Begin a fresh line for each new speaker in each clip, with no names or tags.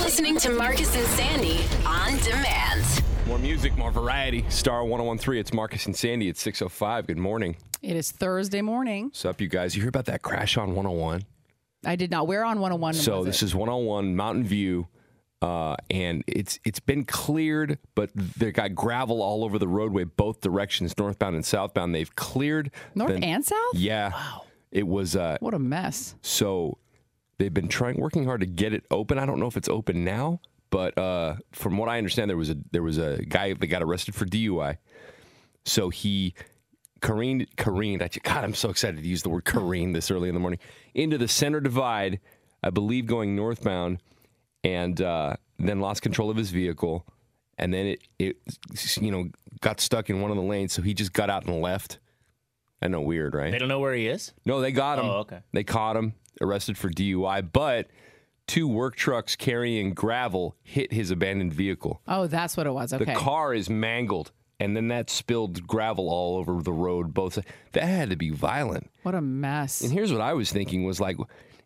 listening to Marcus and Sandy on demand.
More music, more variety. Star 1013. It's Marcus and Sandy at 605. Good morning.
It is Thursday morning.
What's up, you guys? You hear about that crash on 101?
I did not. We're on 101.
So
was
this
it?
is 101 Mountain View, uh, and it's it's been cleared, but they got gravel all over the roadway, both directions, northbound and southbound. They've cleared
North
then-
and South?
Yeah. Wow. It was uh,
What a mess.
so they've been trying, working hard to get it open. I don't know if it's open now, but uh, from what I understand, there was a there was a guy that got arrested for DUI. So he careened careened. I, God, I'm so excited to use the word careen this early in the morning into the center divide. I believe going northbound, and uh, then lost control of his vehicle, and then it it you know got stuck in one of the lanes. So he just got out and left. I know, weird, right?
They don't know where he is.
No, they got him.
Oh, okay.
They caught him, arrested for DUI, but two work trucks carrying gravel hit his abandoned vehicle.
Oh, that's what it was.
The
Okay.
car is mangled, and then that spilled gravel all over the road. Both that had to be violent.
what a mess.
And here's what I was thinking was like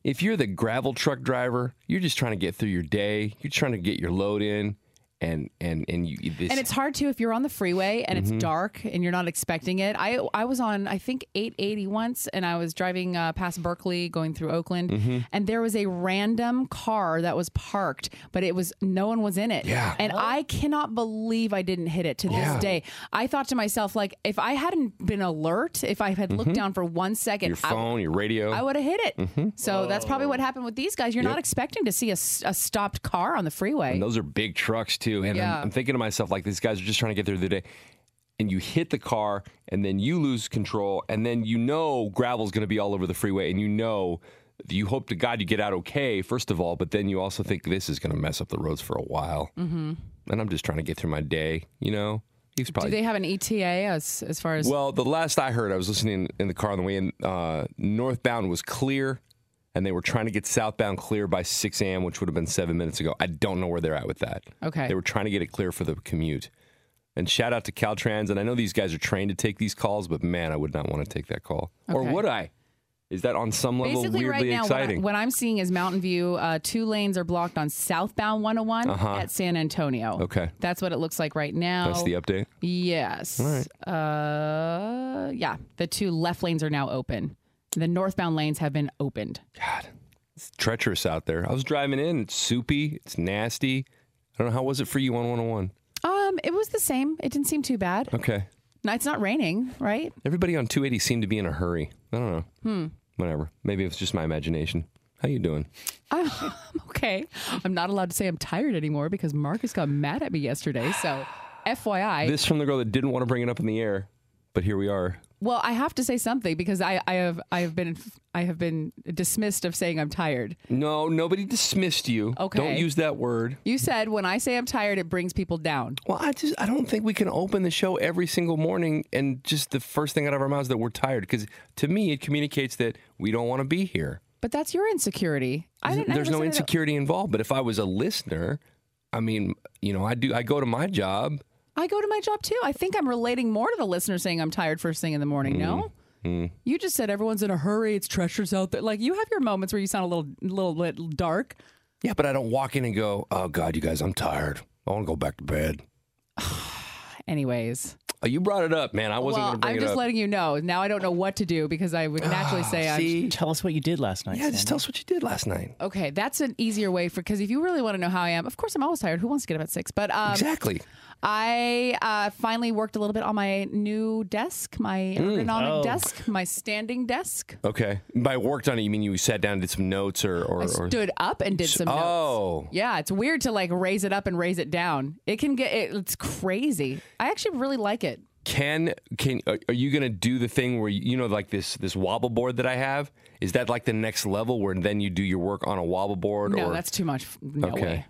if you're the gravel truck driver, you're just trying to get through your day, you're trying to get your load in and and and you this
And it's hard too if you're on the freeway and
Mm-hmm.
it's dark and you're not expecting it. I I was on I think 880 once and I was driving uh, past Berkeley going through Oakland
Mm-hmm.
and there was a random car that was parked, but it was no one was in it.
Yeah.
And I cannot believe I didn't hit it to this
Yeah.
day. I thought to myself like if I hadn't been alert, if I had looked down for one second,
Mm-hmm. your
I-
phone, your radio.
I would have hit it.
Mm-hmm.
So that's probably what happened with these guys. You're not expecting to see a, s- a stopped car on the freeway.
And those are big trucks too. And
Yeah.
I'm, I'm thinking to myself, like, these guys are just trying to get through the day. And you hit the car, and then you lose control, and then you know gravel's going to be all over the freeway, and you know you hope to God you get out okay, first of all, but then you also think this is going to mess up the roads for a while. Mm-hmm. And I'm just trying to get through my day, you know. He's
Do
probably
they have an ETA as as far as
well, the last I heard, I was listening in the car on the way in. Uh, northbound was clear, and they were trying to get southbound clear by 6 a.m., which would have been seven minutes ago. I don't know where they're at with that.
Okay.
They were trying to get it clear for the commute. And shout out to Caltrans. And I know these guys are trained to take these calls, but man, I would not want to take that call. Or
Okay.
would I? Is that on some level
Basically,
weirdly
right now, what, I,
exciting?
what I'm seeing is Mountain View. Uh, two lanes are blocked on southbound 101 at San Antonio.
Uh-huh. Okay.
that's what it looks like right now.
That's the update.
yes. Uh, yeah, the two left lanes are now open. The northbound lanes have been opened.
God, it's treacherous out there. I was driving in. It's soupy. It's nasty. I don't know. How was it for you on 101?
Um, it was the same. It didn't seem too bad.
Okay.
No, It's not raining, right?
Everybody on 280 seemed to be in a hurry. I don't know. Hmm. Whatever. Maybe it's just my imagination. How you doing?
Okay. I'm not allowed to say I'm tired anymore because Marcus got mad at me yesterday. So, FYI.
This from the girl that didn't want to bring it up in the air, but here we are.
well, I have to say something because I, I have I have been I have been dismissed of saying I'm tired.
No, nobody dismissed you.
Okay.
Don't use that word.
You said when I say I'm tired, it brings people down.
Well, I just I don't think we can open the show every single morning and just the first thing out of our mouths that we're tired because to me it communicates that we don't want to be here.
But that's your insecurity. I didn't, I
There's no
wasn't at-
insecurity involved, but if I was a listener, I mean, you know, I do I go to my job
I go to my job too. I think I'm relating more to the listener saying I'm tired first thing in the morning. No.
Mm-hmm.
You just said everyone's in a hurry. It's treacherous out there. Like you have your moments where you sound a little, little bit dark.
Yeah, but I don't walk in and go, oh, God, you guys, I'm tired. I want to go back to bed.
Anyways,
Oh, you brought it up, man. I wasn't
well,
going to bring
I'm
it
just
up. Ah,
letting you know. Now I don't know what to do because I would naturally say I'm
Tell us what you did last night.
yeah, just tell us what you did last night.
Okay, that's an easier way for because if you really want to know how I am, of course I'm always tired. Who wants to get up at six? But um,
exactly.
I uh, finally worked a little bit on my new desk, my
Mm,
ergonomic
Oh.
desk, my standing desk.
Okay. By worked on it, you mean you sat down and did some notes or. or,
I
or
stood up and did some notes.
oh.
Yeah, it's weird to like raise it up and raise it down. It can get it, it's crazy. I actually really like it.
Can can are are you gonna do the thing where you, you know like this this wobble board that I have? Is that like the next level where then you do your work on a wobble board?
No,
or,
that's too much. No
Okay.
way.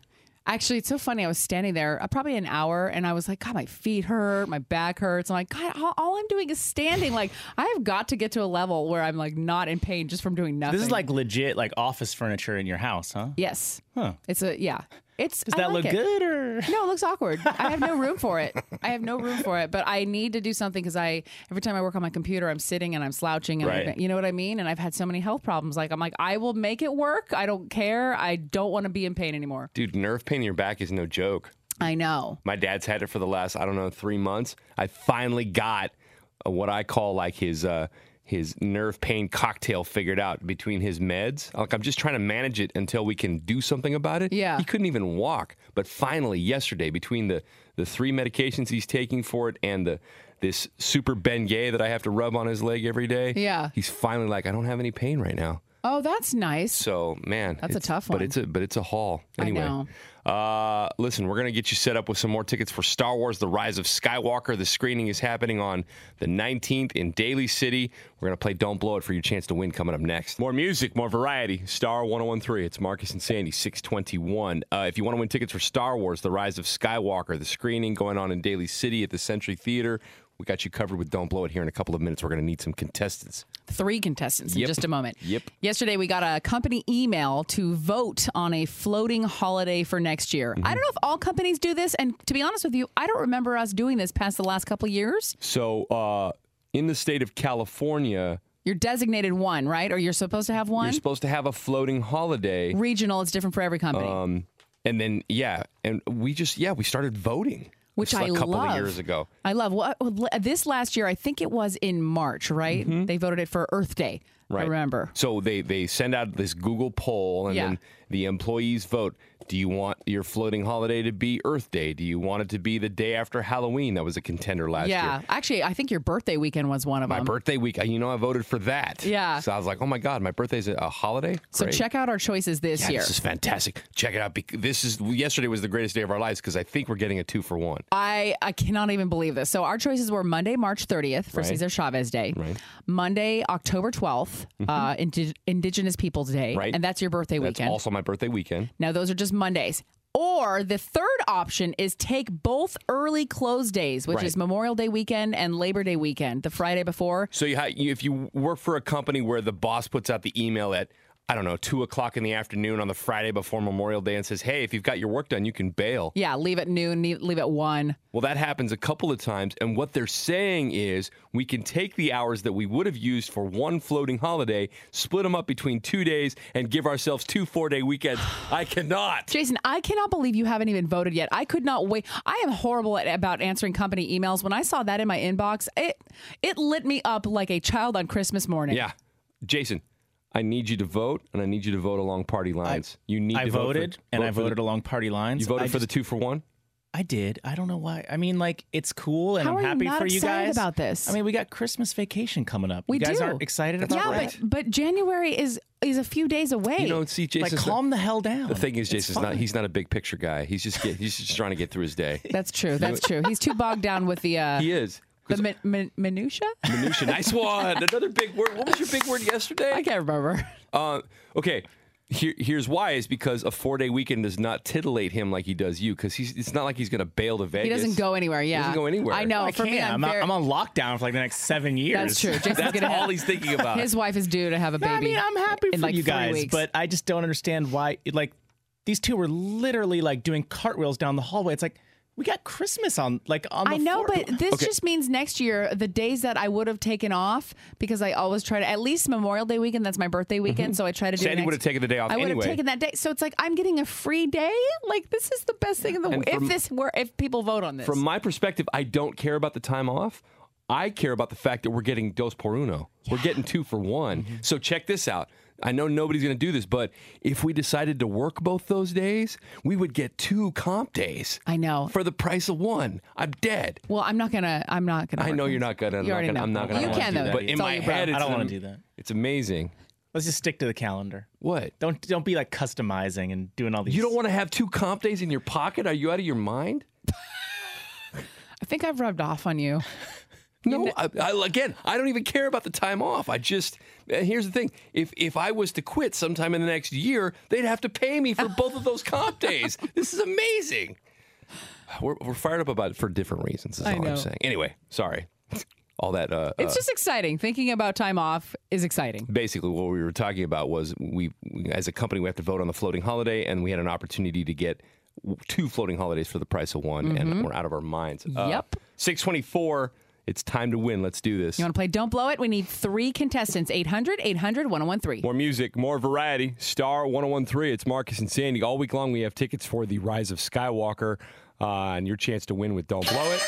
Actually, it's so funny. I was standing there uh, probably an hour and I was like, God, my feet hurt, my back hurts. I'm like, God, all, all I'm doing is standing. Like, I have got to get to a level where I'm like not in pain just from doing nothing.
This is like legit, like office furniture in your house, huh?
yes. It's a, yeah. It's
Does
I
that
like
look
it.
good or?
No, it looks awkward. I have no room for it. I have no room for it. But I need to do something because I every time I work on my computer, I'm sitting and I'm slouching. And
Right.
I, you know what I mean? And I've had so many health problems. Like I'm like, I will make it work. I don't care. I don't want to be in pain anymore.
Dude, nerve pain in your back is no joke.
I know.
My dad's had it for the last I don't know three months. I finally got uh, what I call like his uh, his nerve pain cocktail figured out between his meds. Like I'm just trying to manage it until we can do something about it.
Yeah.
he couldn't even walk, but finally yesterday between the the three medications he's taking for it and the this super Bengay that I have to rub on his leg every day.
Yeah.
he's finally like I don't have any pain right now.
Oh, that's nice.
So man,
That's a
it's-
tough
But
one.
it's a but it's a haul anyway.
know.
Uh, listen, we're gonna get you set up with some more tickets for Star Wars: The Rise of Skywalker. The screening is happening on the 19th in Daly City. We're gonna play "Don't Blow It" for your chance to win coming up next. More music, more variety. Star 1013. It's Marcus and Sandy 621. Uh, if you want to win tickets for Star Wars: The Rise of Skywalker, the screening going on in Daly City at the Century Theater. We got you covered with "Don't Blow It" here in a couple of minutes. We're gonna need some contestants.
three contestants in
Yep.
just a moment.
Yep.
Yesterday, we got a company email to vote on a floating holiday for next year.
Mm-hmm.
I don't know if all companies do this. And to be honest with you, I don't remember us doing this past the last couple of years.
So uh, in the state of California.
You're designated one, right? Or you're supposed to have one?
You're supposed to have a floating holiday.
Regional, it's different for every company.
Um, and then yeah, and we just yeah we started voting,
Which
just
I
a couple
love.
of years ago.
I love what this last year. I think it was in March, right? They voted it for Earth Day. I
Mm-hmm. Right.
remember.
So they they send out this Google poll, and
Yeah.
then the employees vote. Do you want your floating holiday to be Earth Day? Do you want it to be the day after Halloween? That was a contender last year.
Yeah, actually, I think your birthday weekend was one of
My
them.
birthday week, you know, I voted for that.
Yeah.
So I was like, oh my god, my birthday's a, a holiday.
so
Great.
check out our choices this
Yeah,
year.
this is fantastic. Check it out. bec- This is yesterday was the greatest day of our lives because I think we're getting a two for one.
I, I cannot even believe this. So our choices were Monday, March 30th for
Right.
Cesar Chavez Day, Monday, October 12th, uh, Indi- Indigenous Peoples Day,
Mm-hmm. Right.
and that's your birthday
That's
weekend.
also my birthday weekend.
now those are just Mondays. Or the third option is take both early close days, which
Right.
is Memorial Day weekend and Labor Day weekend, the Friday before.
So you, ha- you, if you work for a company where the boss puts out the email at I don't know two o'clock in the afternoon on the Friday before Memorial Day and says, "Hey, if you've got your work done, you can bail."
Yeah, leave at noon, ne- leave at one.
Well, that happens a couple of times, and what they're saying is we can take the hours that we would have used for one floating holiday, split them up between two days, and give ourselves two four-day weekends. I cannot.
Jason, I cannot believe you haven't even voted yet. I could not wait. I am horrible at, about answering company emails. When I saw that in my inbox, it it lit me up like a child on Christmas morning.
Yeah, Jason. I need you to vote, and I need you to vote along party lines. you need.
I
to vote for-
voted and
vote
I
for the-
voted along party lines.
you voted
I
for the
just-
two for one.
I did. I don't know why. I mean, like it's cool and
How
I'm
are you
happy
not
for you
excited
guys
about this?
I mean, we got Christmas vacation coming up.
We
you guys
do.
aren't excited about
yeah,
that?
but but January is is a few days away.
You know, see, Jason.
like calm the hell down.
The thing is,
It's
Jason's
fine.
not. He's not a big picture guy. He's just get, he's just trying to get through his day.
that's true. That's true. He's too bogged down with the uh,
He is.
the min- min- minutia.
Minutia. Nice one. Another big word. What was your big word yesterday?
I can't remember.
Uh, okay. Here, here's why is because a four day weekend does not titillate him like he does you because he's it's not like he's gonna bail to Vegas.
He doesn't go anywhere. Yeah,
doesn't go anywhere.
I know.
I
for
can't.
me, I'm,
I'm,
very-
on, I'm on lockdown for like the next seven years.
That's true. Jason's
That's
gonna have-
all he's thinking about.
His wife is due to have a baby.
I mean, I'm happy
in
for
like
you
three
guys,
weeks.
but I just don't understand why. It, like these two were literally like doing cartwheels down the hallway. It's like we got Christmas on like on. The
I know,
floor.
but this
Okay.
just means next year, the days that I would have taken off, because I always try to, at least Memorial Day weekend, that's my
Mm-hmm.
birthday weekend, so I try to do
Sandy
next-
would have taken the day off
I would
anyway.
have taken that day. So it's like, I'm getting a free day? Like, this is the best thing in the
And
world. If
from-
this were, if people vote on this.
From my perspective, I don't care about the time off. I care about the fact that we're getting dos por uno. We're getting two for one. So check this out. I know nobody's going to do this, but if we decided to work both those days, we would get two comp days
I know.
for the price of one. I'm dead.
well, I'm not going to, I'm not going to.
I know you're not gonna. I'm,
You already
not gonna I'm
know.
not gonna.
You
wanna
can,
do
though.
that. But in
It's all
my
you, bro.
head,
I
it's
don't wanna
am-
do that.
It's amazing.
let's just stick to the calendar.
What?
Don't don't be like customizing and doing all these.
You don't want to have two comp days in your pocket? Are you out of your mind?
I think I've rubbed off on you.
No, I, I, again, I don't even care about the time off. I just and here's the thing: if if I was to quit sometime in the next year, they'd have to pay me for both of those comp days. This is amazing. We're, we're fired up about it for different reasons. Is all
know.
I'm saying. Anyway, sorry. All that. Uh,
It's just exciting. Thinking about time off is exciting.
basically what we were talking about was we as a company we have to vote on the floating holiday and we had an opportunity to get two floating holidays for the price of one, and we're out of our minds. Uh,
Yep.
Six twenty-four. It's time to win. Let's do this.
You want to play Don't Blow It? We need three contestants 800 800 1013.
More music, more variety. Star 1013. It's Marcus and Sandy. All week long, we have tickets for The Rise of Skywalker uh, and your chance to win with Don't Blow It.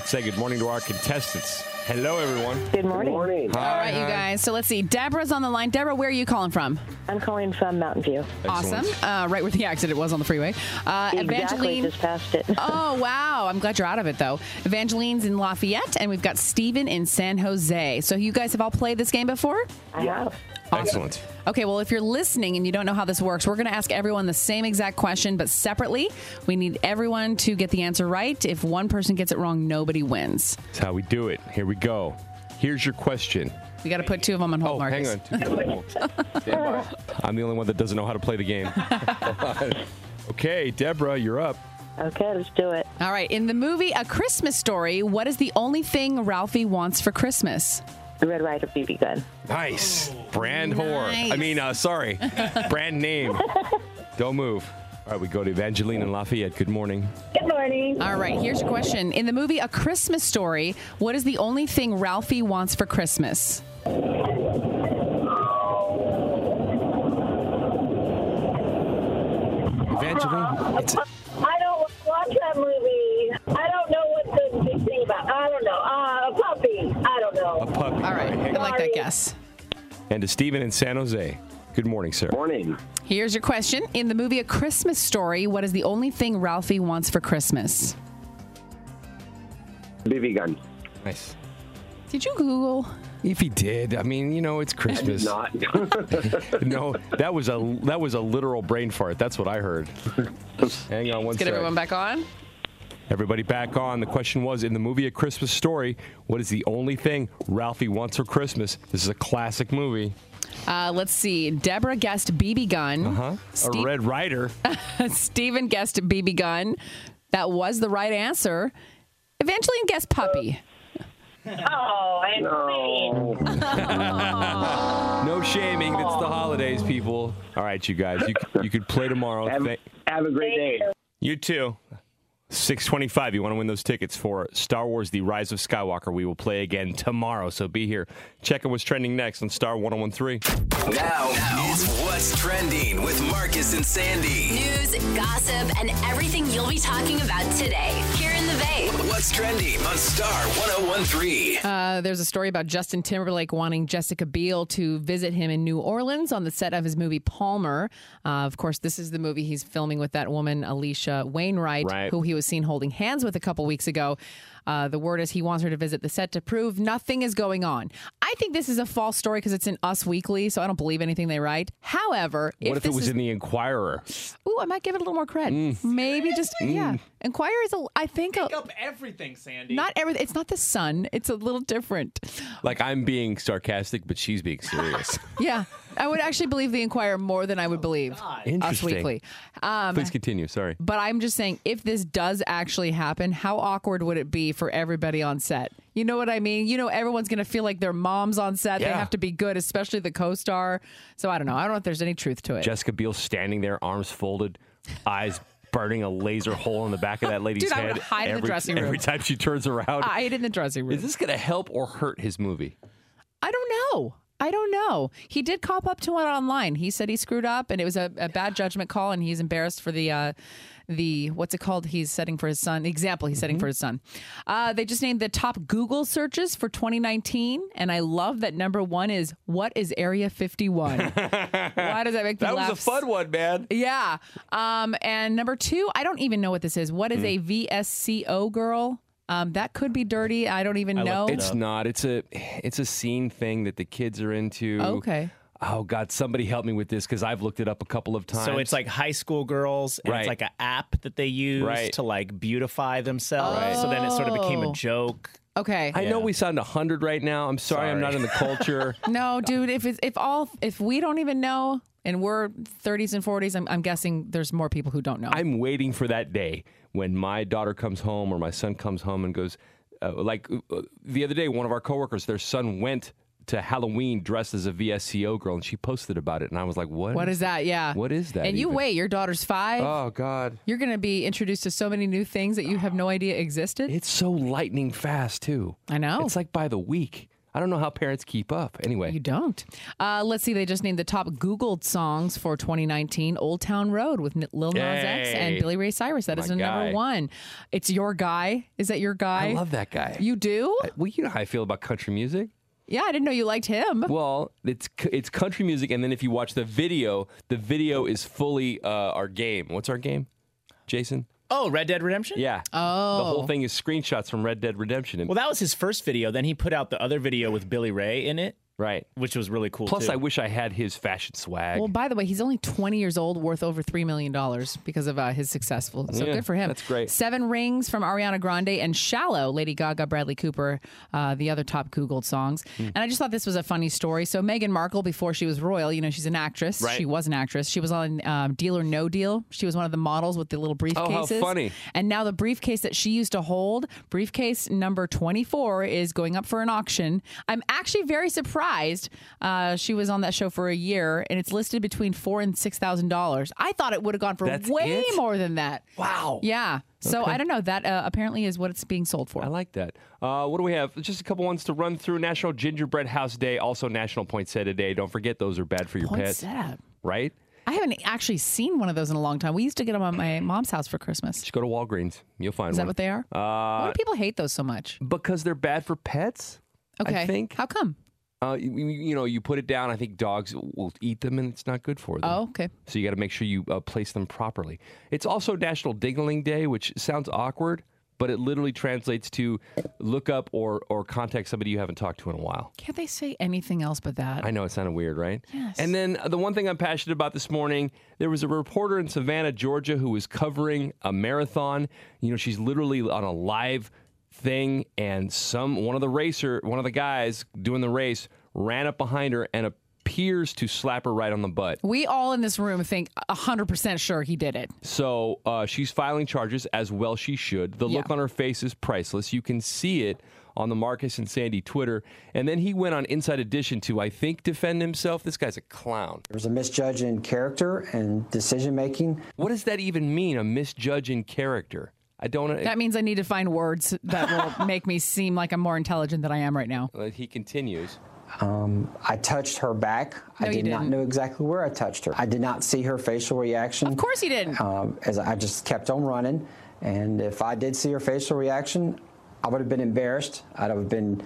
Let's say good morning to our contestants. Hello, everyone.
Good morning.
Morning.
All right, you guys. So let's see. Deborah's on the line. Deborah, where are you calling from?
I'm calling from Mountain View.
Awesome.
Excellent.
Uh, right where the accident was on the freeway. Uh,
Exactly,
Evangeline.
just passed it.
Oh, wow. I'm glad you're out of it, though. Evangeline's in Lafayette, and we've got Steven in San Jose. So, you guys have all played this game before?
I have.
Excellent.
Okay, well, if you're listening and you don't know how this works, we're going to ask everyone the same exact question, but separately. We need everyone to get the answer right. If one person gets it wrong, nobody wins.
That's how we do it. Here we go. Here's your question.
We got to put two of them on hold,
Oh,
Marcus.
hang on. Stand by. I'm the only one that doesn't know how to play the game. okay, Deborah, you're up.
Okay, let's do it.
All right, in the movie A Christmas Story, what is the only thing Ralphie wants for Christmas?
The Red Rider BB gun.
Nice. Brand whore. I
Nice.
mean, uh, sorry. Brand name. Don't move. All right, we go to Evangeline and Lafayette. Good morning.
Good morning.
All right, here's your question. In the movie A Christmas Story, what is the only thing Ralphie wants for Christmas?
Evangeline? It's,
I don't watch that movie. I don't know what the big thing about. I don't know. Uh, a puppy. I don't
a
know.
puppy.
All right, I like that
Sorry.
guess.
And to Steven in San Jose. Good morning, sir.
Morning.
Here's your question. In the movie A Christmas Story, what is the only thing Ralphie wants for Christmas?
BB gun.
Nice.
Did you Google?
If he did, I mean, you know, it's Christmas.
Not.
no, that was a that was a literal brain fart. That's what I heard. Hang on one
Get
sec.
everyone back on.
Everybody back on. The question was in the movie A Christmas Story, what is the only thing Ralphie wants for Christmas? This is a classic movie.
Uh, let's see. Deborah guessed BB gun.
Huh?
Steve-
A Red Rider.
Steven guessed BB gun. That was the right answer. Evangeline guessed puppy.
Oh, and
Oh.
No shaming. It's the holidays, people. All right, you guys. You, c- you could play tomorrow.
Have,
Thank-
have a great day.
You too. 625. You want to win those tickets for Star Wars The Rise of Skywalker. We will play again tomorrow, so be here. Checking what's trending next on Star 1013.
Now, is what's trending with Marcus and Sandy.
News, gossip, and everything you'll be talking about today here in the Bay.
What's trending on Star 1013?
Uh, there's a story about Justin Timberlake wanting Jessica Biel to visit him in New Orleans on the set of his movie Palmer. Uh, of course, this is the movie he's filming with that woman, Alicia Wainwright,
Right.
who he was seen holding hands with a couple weeks ago. Uh, the word is he wants her to visit the set to prove nothing is going on. I think this is a false story because it's in Us Weekly, so I don't believe anything they write. However,
What if it
this
was
is-
in Mm. The Inquirer?
Ooh, I might give it a little more cred. Maybe just yeah.
Mm.
Inquire is a. I think a,
Up everything, Sandy.
not everything. It's not the sun. It's a little different.
Like, I'm being sarcastic, but she's being serious.
Yeah, I would actually believe the Inquirer more than I would believe Us
Interesting.
Weekly. Um,
Please continue. Sorry.
but I'm just saying, if this does actually happen, how awkward would it be for everybody on set? You know what I mean? You know, everyone's going to feel like their mom's on set. They
Yeah.
have to be good, especially the co-star. So I don't know. I don't know if there's any truth to it.
Jessica Biel standing there, arms folded, eyes burning a laser hole in the back of that lady's
Dude, I would
head.
hide in the
every,
dressing room.
every time she turns around.
I hid in the dressing room.
is this going to help or hurt his movie?
I don't know. I don't know. He did cop up to it online. He said he screwed up and it was a, a bad judgment call, and he's embarrassed for the uh, the what's it called? He's setting for his son. The example he's
Mm-hmm.
setting for his son. Uh, they just named the top Google searches for 2019, and I love that number one is what is Area 51. Why does that make me
That
laugh?
was a fun one, man.
Yeah. Um, and number two, I don't even know what this is.
Hmm.
What is a VSCO girl? Um, that could be dirty. I don't even know.
It's not. It's a it's a scene thing that the kids are into.
Okay.
Oh God, somebody help me with this because I've looked it up a couple of times.
So it's like high school girls, and
Right.
it's like an app that they use
Right.
to like beautify themselves. So then it sort of became
Oh.
a joke.
Okay.
I know we sound hundred right now. I'm sorry, I'm
Sorry.
not in the culture.
No, dude. If it's if all if we don't even know, and we're 30s and 40s, I'm, I'm guessing there's more people who don't know.
I'm waiting for that day when my daughter comes home or my son comes home and goes, uh, like uh, the other day, one of our coworkers, their son went to Halloween dressed as a VSCO girl, and she posted about it, and I was like, "What?
What is that? Yeah.
What is that
And you
even?
wait. Your daughter's five.
Oh God,
You're going to be introduced to so many new things that you have no idea existed.
it's so lightning fast too.
I know.
It's like by the week. I don't know how parents keep up. Anyway,
Oh. You don't. Uh, let's see. They just named the top Googled songs for 2019: "Old Town Road" with N- Lil Nas X
Hey.
and Billy Ray Cyrus. That is
My
a
guy.
number one. It's your guy. Is that your guy?
I love that guy. Uh,
You do?
well, you know how I feel about country music.
yeah, I didn't know you liked him.
Well, it's c- it's country music, and then if you watch the video, the video is fully uh, our game. What's our game, Jason?
Oh, Red Dead Redemption?
Yeah. Oh. The whole thing is screenshots from Red Dead Redemption.
Well, that was his first video. Then he put out the other video with Billy Ray in it,
right.
which was really cool.
Plus,
too.
I wish I had his fashion swag.
Well, by the way, he's only 20 years old, worth over $3 million because of uh, his successful. So
Yeah,
good for him.
that's great.
Seven Rings from Ariana Grande and Shallow, Lady Gaga, Bradley Cooper, uh, the other top Googled songs.
Hmm.
And I just thought this was a funny story. So Meghan Markle, before she was royal, you know, she's an actress.
Right.
She was an actress. She was on um, Deal or No Deal. She was one of the models with the little briefcases.
Oh, how funny.
And now the briefcase that she used to hold, briefcase number 24, is going up for an auction. I'm actually very surprised. Uh, she was on that show for a year, and it's listed between four and six thousand dollars. I thought it would have gone for
That's
way
it?
more than that.
wow.
Yeah. So I don't know. That uh, apparently is what it's being sold for.
I like that. Uh, what do we have? Just a couple ones to run through. National Gingerbread House Day, also National Poinsettia Day. Don't forget those are bad for your pets, pet,
Poinsettia.
right?
I haven't actually seen one of those in a long time. We used to get them at my mom's house for Christmas.
Just go to Walgreens. You'll find
Is
one.
that what they are?
Uh,
Why do people hate those so much?
because they're bad for pets.
Okay.
I think
How come?
uh, you, you- you know you put it down. I think dogs will eat them, and it's not good for them.
Oh, okay.
So you got to make sure you uh, place them properly. It's also National Dingling Day, which sounds awkward, but it literally translates to look up or or contact somebody you haven't talked to in a while.
Can't they say anything else but that?
I know it sounded weird, right?
Yes.
And then uh, the one thing I'm passionate about this morning, there was a reporter in Savannah, Georgia, who was covering a marathon. You know, she's literally on a live thing, and some one of the racer, one of the guys doing the race, ran up behind her and appears to slap her right on the butt.
We all in this room think 100% sure he did it.
So uh, she's filing charges as well she should. The look
Yeah.
on her face is priceless. You can see it on the Marcus and Sandy Twitter. And then he went on Inside Edition to, I think, defend himself. This guy's a clown.
There's a misjudge in character and decision making.
What does that even mean? A misjudge in character? I don't.
That means I need to find words that will make me seem like I'm more intelligent than I am right now.
Uh, he continues.
I touched her back. I
No, you
did not
didn't.
know exactly where I touched her. I did not see her facial reaction.
Of course he didn't.
Um, as I just kept on running, and if I did see her facial reaction, I would have been embarrassed. I'd have been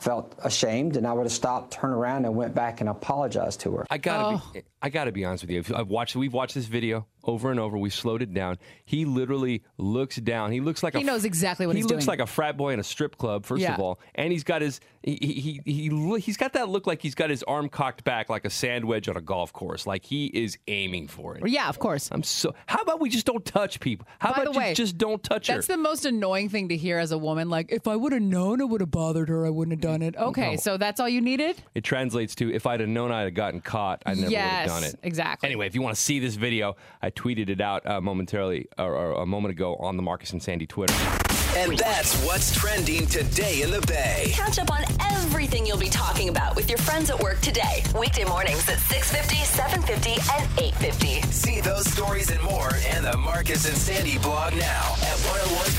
felt ashamed, and I would have stopped, turned around, and went back and apologized to her.
I gotta
Oh.
be. I gotta be honest with you. I've watched. We've watched this video over and over. We slowed it down. He literally looks down. He looks like
He
a,
knows exactly what
he
he's
looks
doing.
like a frat boy in a strip club. First
Yeah.
of all, and he's got his. He, he he he lo- he's got that look like he's got his arm cocked back like a sand wedge on a golf course. Like he is aiming for it.
yeah, of course.
I'm so. How about we just don't touch people? How
By
about
the way,
you just don't touch her?
That's the most annoying thing to hear as a woman. Like, if I would have known, I would have bothered her. I wouldn't have done it. Okay, so that's all you needed?
It translates to if I'd have known I'd have gotten caught, I never
yes,
would have done it.
exactly.
Anyway, if you want to see this video, I tweeted it out uh, momentarily or, or a moment ago on the Marcus and Sandy Twitter.
And that's what's trending today in the Bay.
Catch up on everything you'll be talking about with your friends at work today. Weekday mornings at 6.50, 7.50, and 8.50.
See those stories and more in the Marcus and Sandy blog now at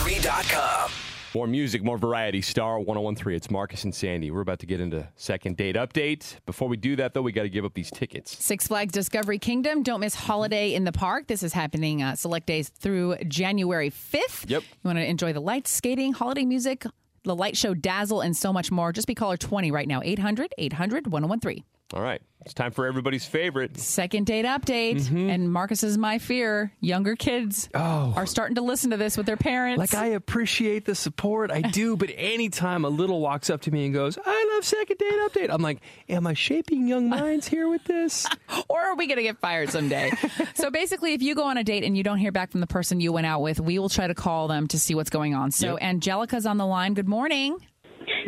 1013.com.
More music, more variety. Star 1013. It's Marcus and Sandy. We're about to get into second date update. Before we do that, though, we got to give up these tickets.
Six Flags Discovery Kingdom. Don't miss Holiday in the Park. This is happening uh, select days through January 5th.
Yep.
You want to enjoy the lights, skating, holiday music, the light show Dazzle, and so much more. Just be caller 20 right now, 800 800 1013.
All right. It's time for everybody's favorite.
Second date update.
Mm-hmm.
And Marcus is my fear. Younger kids are starting to listen to this with their parents.
Oh. Like, I appreciate the support. I do. But anytime a little walks up to me and goes, I love second date update, I'm like, am I shaping young minds here with this?
or are we going to get fired someday? so basically, if you go on a date and you don't hear back from the person you went out with, we will try to call them to see what's going on. So
Yep.
Angelica's on the line. Good morning.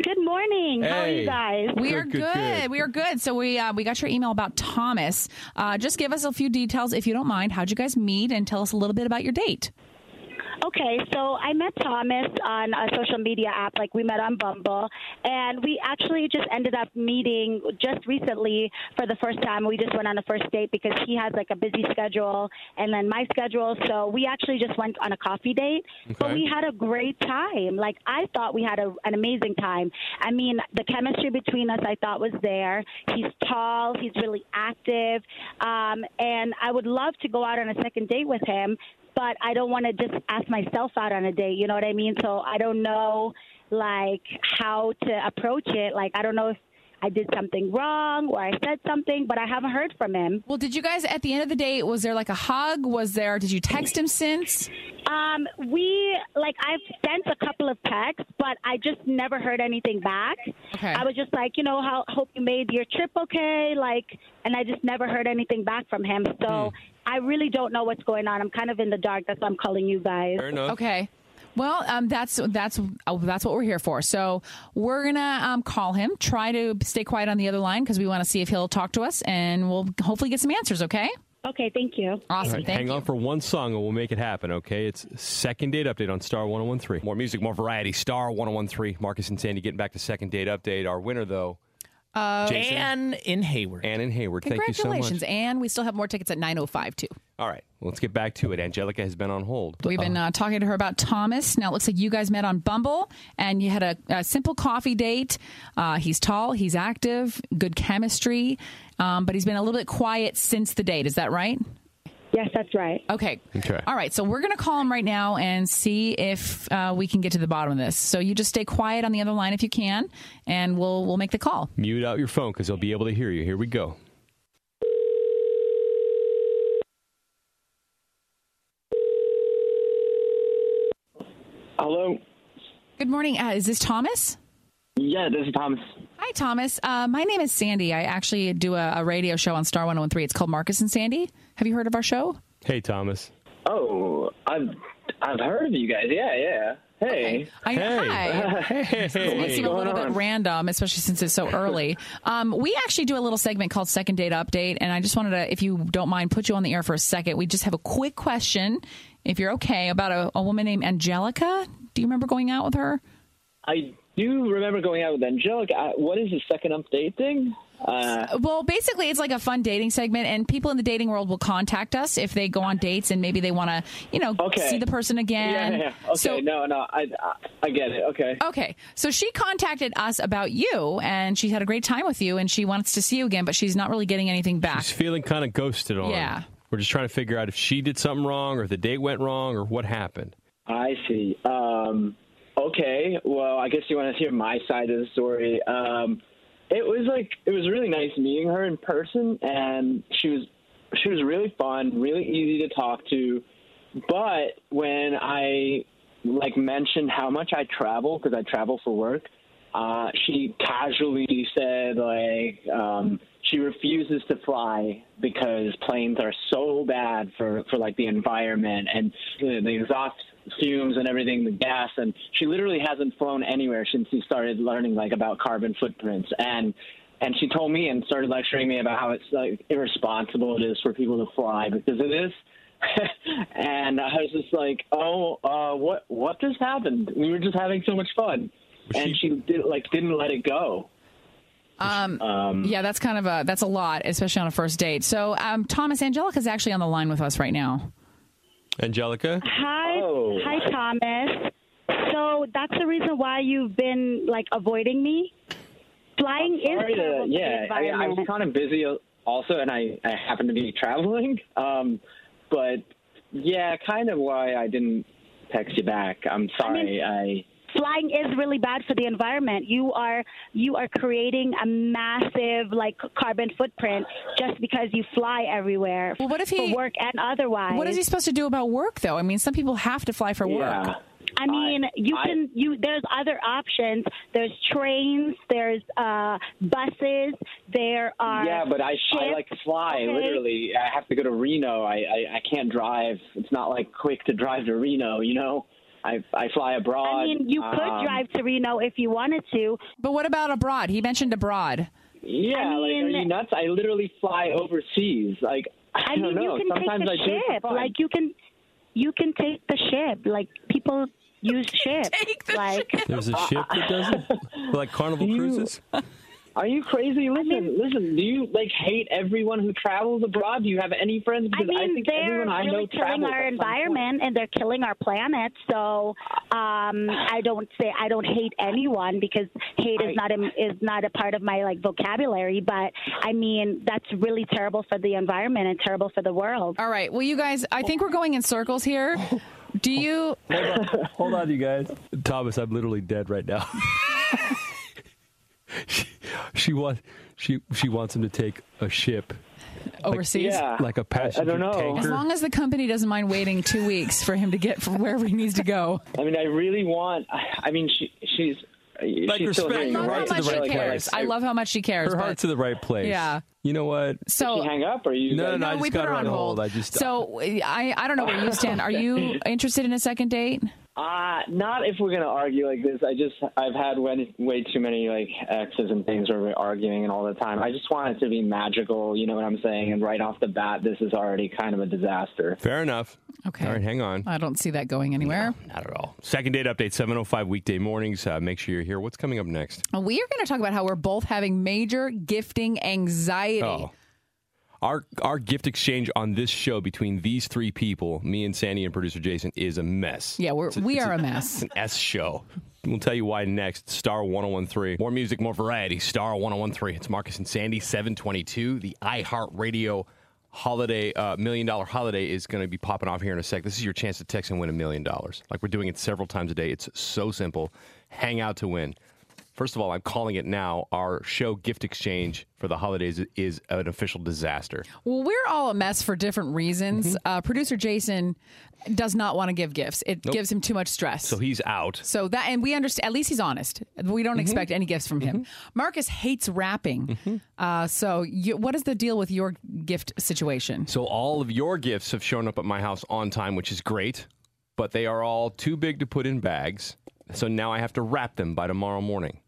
Good morning. How are
Hey.
you guys?
We
Good,
are
good,
good,
good.
We are good. So we uh, we got your email about Thomas. Uh, just give us a few details if you don't mind. How'd you guys meet? And tell us a little bit about your date.
Okay, so I met Thomas on a social media app, like we met on Bumble, and we actually just ended up meeting just recently for the first time. We just went on a first date because he has like a busy schedule and then my schedule, so we actually just went on a coffee date. But
Okay.
we had a great time. Like I thought we had a, an amazing time. I mean, the chemistry between us I thought was there. He's tall, he's really active, um, and I would love to go out on a second date with him. But I don't want to just ask myself out on a date. You know what I mean? So I don't know like how to approach it. Like I don't know if I did something wrong or I said something, but I haven't heard from him.
Well, did you guys at the end of the day? Was there like a hug? Was there? Did you text him since?
Um, we like I've sent a couple of texts, but I just never heard anything back.
Okay.
I was just like, you know, how hope you made your trip okay, like, and I just never heard anything back from him. So
Hmm.
I really don't know what's going on. I'm kind of in the dark. That's why I'm calling you guys.
Fair enough.
Okay. Well, um, that's that's oh, that's what we're here for. So we're gonna um, call him. Try to stay quiet on the other line because we want to see if he'll talk to us, and we'll hopefully get some answers. Okay.
Okay, thank you.
Awesome. Thank
Hang
you.
on for one song and we'll make it happen, okay? It's second date update on Star 1013. More music, more variety. Star 1013. Marcus and Sandy getting back to second date update. Our winner, though,
Oh,
uh, Jason
Anne in Hayward.
Ann and Hayward. Thank you so much.
Congratulations, and we still have more tickets at nine oh five too.
All right, let's get back to it. Angelica has been on hold.
We've been uh, talking to her about Thomas. Now it looks like you guys met on Bumble and you had a, a simple coffee date. Uh, he's tall, he's active, good chemistry, um, but he's been a little bit quiet since the date. Is that right?
Yes, that's right.
Okay.
Okay.
All right. So we're going to call him right now and see if uh, we can get to the bottom of this. So you just stay quiet on the other line if you can, and we'll we'll make the call.
Mute out your phone because they'll be able to hear you. Here we go.
Hello.
Good morning. Uh, is this Thomas?
Yeah, this is Thomas.
Hi, Thomas. Uh, my name is Sandy. I actually do a, a radio show on Star 1013. It's called Marcus and Sandy. Have you heard of our show?
Hey, Thomas.
Oh, I've I've heard of you guys. Yeah, yeah. Hey.
I,
Hey.
Hi. It may seem a little bit random, especially since it's so early. Um, we actually do a little segment called Second Date Update, and I just wanted to, if you don't mind, put you on the air for a second. We just have a quick question, if you're okay, about a, a woman named Angelica. Do you remember going out with her?
I do remember going out with Angelica. I, what is the second update thing? Uh,
Well, basically, it's like a fun dating segment, and people in the dating world will contact us if they go on dates and maybe they want to, you know,
Okay.
see the person
yeah,
again.
yeah, yeah. Okay,
So-
no, no. I, I I get it. Okay.
Okay. So she contacted us about you and she had a great time with you and she wants to see you again, but she's not really getting anything back.
She's feeling kind of ghosted on.
Yeah.
We're just trying to figure out if she did something wrong or if the date went wrong or what happened.
I see. Um, okay. Well, I guess you want to hear my side of the story. Um, it was like it was really nice meeting her in person, and she was she was really fun, really easy to talk to. But when I like mentioned how much I travel because I travel for work, uh, she casually said like um, she refuses to fly because planes are so bad for for like the environment and the, the exhaust fumes and everything, the gas, and she literally hasn't flown anywhere since she started learning like about carbon footprints and. And she told me and started lecturing me about how it's like irresponsible it is for people to fly because it is and I was just like, "Oh, uh, what what just happened? We were just having so much fun." and she did, like didn't let it go.
Yeah, that's kind of a that's a lot, especially on a first date. So um, Thomas Angelica's actually on the line with us right now.
Angelica?
Hi,
Oh.
hi, Thomas. So that's the reason why you've been like avoiding me. Flying is
Sorry to,
terrible for the
uh, yeah, I, I was
environment.
kind of busy also, and I I happened to be traveling. Um, but yeah, kind of why I didn't text you back. I'm sorry. I,
flying is really bad for the environment. You are you are creating a massive like carbon footprint just because you fly everywhere.
Well, what if he-
for work and otherwise?
What is he supposed to do about work though? I mean, some people have to fly for
yeah.
work.
I mean, you
I-
can you. There's other options. There's trains. There's uh, buses. There are
Yeah, but I, I
ships.
like fly
okay?
literally. I have to go to Reno. I, I I can't drive. It's not like quick to drive to Reno. You know, I I fly abroad.
I mean, you could
Um,
drive to Reno if you wanted to.
But what about abroad? He mentioned abroad.
Yeah,
I
like are
mean-
you nuts? I literally fly overseas. Like I,
I mean,
don't know.
you can
Sometimes
take
I
the
do it for
ship.
fun.
Like you can, you can take the ship. Like people use ships. like
There's a ship that does it, like Carnival Cruises.
Are you crazy? Listen, listen. Do you like hate everyone who travels abroad? Do you have any friends?
I
Because
mean,
think
they're
everyone I know
really killing
travels
our
at some
environment and they're killing our planet. So um, I don't say I don't hate anyone because hate is not a, is not a part of my like vocabulary. But I mean, that's really terrible for the environment and terrible for the world.
All right. Well, you guys, I think we're going in circles here. Do you?
Hold on, you guys. Thomas, I'm literally dead right now. she, she wants she she wants him to take a ship Like-
Overseas? Yeah.
like a passenger tanker.
As long as the company doesn't mind waiting two weeks for him to get from wherever he needs to go.
I mean, I really want. I mean, she she's she's still
respect
hearing
her
me,
right to
right?
the
She
right
cares. I love how much she cares.
Her
but-
heart's in the right place.
Yeah.
You know what?
So
hang up, or you?
No, no, no, I
we
just
put
got
her on hold.
I just
so I, I don't know where you stand. Are you interested in a second date?
Uh, not if we're gonna argue like this. I just I've had way, way too many like exes and things where we're arguing and all the time. I just want it to be magical. You know what I'm saying? And right off the bat, this is already kind of a disaster.
Fair enough.
Okay.
All right, hang on.
I don't see that going anywhere.
Not at all. Second date update, 7.05 weekday mornings. Uh, make sure you're here. What's coming up next?
We are going to talk about how we're both having major gifting anxiety.
Oh. Our, our gift exchange on this show between these three people, me and Sandy and producer Jason, is a mess.
Yeah, we're, we are a
It's
mess.
an S show. We'll tell you why next. Star 1013. More music, more variety. Star 1013. It's Marcus and Sandy, 722. The iHeartRadio holiday, uh, million dollar holiday is going to be popping off here in a sec. This is your chance to text and win a million dollars. Like we're doing it several times a day. It's so simple. Hang out to win. First of all, I'm calling it now. Our show gift exchange for the holidays is an official disaster.
Well, we're all a mess for different reasons.
Mm-hmm.
Uh, Producer Jason does not want to give gifts. It gives him too much stress.
So he's out.
So that, and we understand, at least he's honest. We
Mm-hmm.
don't expect any gifts from him. Marcus hates rapping. Uh, so, you, what is the deal with your gift situation?
So all of your gifts have shown up at my house on time, which is great, but they are all too big to put in bags. So now I have to wrap them by tomorrow morning.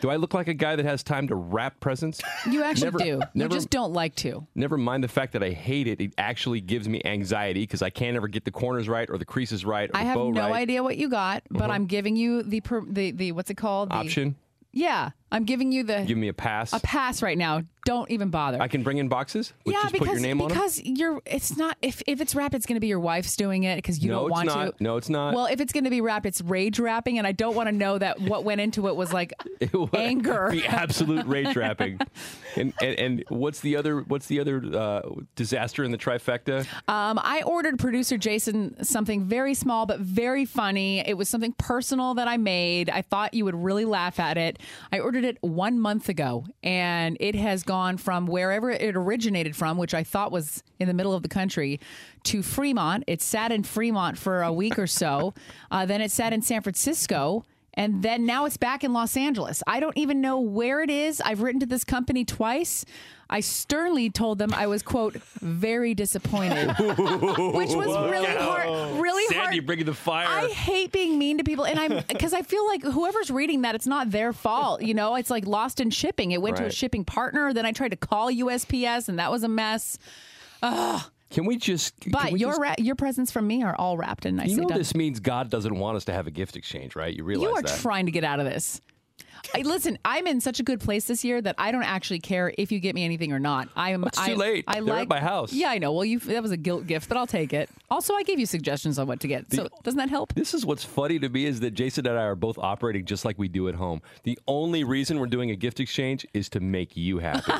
Do I look like a guy that has time to wrap presents?
You actually
Never-
do.
never-
you just don't like to.
Never mind the fact that I hate it. It actually gives me anxiety because I can't ever get the corners right or the creases right or
I
the
have
bow
no
right. Uh-huh.
idea what you got, but I'm giving you the, per, the, the, what's it called? The,
Option.
Yeah. I'm giving you the,
Give me a pass.
a pass right now. Don't even bother.
I can bring in boxes. With
yeah,
just
because
put your name on 'em?
because you're it's not if if it's rap, it's going to be your wife's doing it because you
No,
don't
it's
want
not.
to.
No, it's not.
Well, if it's going to be rap, it's rage rapping, and I don't want to know that what went into it was like anger.
the absolute rage wrapping. and, and and what's the other what's the other uh, disaster in the trifecta?
Um, I ordered producer Jason something very small but very funny. It was something personal that I made. I thought you would really laugh at it. I ordered it one month ago, and it has gone from wherever it originated from, which I thought was in the middle of the country, to Fremont. It sat in Fremont for a week or so. Uh, then it sat in San Francisco. And then now it's back in Los Angeles. I don't even know where it is. I've written to this company twice. I sternly told them I was quote very disappointed, which was really hard. Really
Sandy
hard.
bringing the fire.
I hate being mean to people, and I'm because I feel like whoever's reading that, it's not their fault. You know, it's like lost in shipping. It went to a
Right.
shipping partner. Then I tried to call USPS, and that was a mess.
Can we just? can
But
we
your
just-
ra- your presents from me are all wrapped in nicely
you know
done.
this means God doesn't want us to have a gift exchange, right? You realize
You are
that?
trying to get out of this. I, listen, I'm in such a good place this year that I don't actually care if you get me anything or not. I am.
It's too
I-
late.
I
They're
like
at my house.
Yeah, I know. Well, you that was a guilt gift, but I'll take it. Also, I gave you suggestions on what to get. So doesn't that help?
This is what's funny to me is that Jason and I are both operating just like we do at home. The only reason we're doing a gift exchange is to make you happy,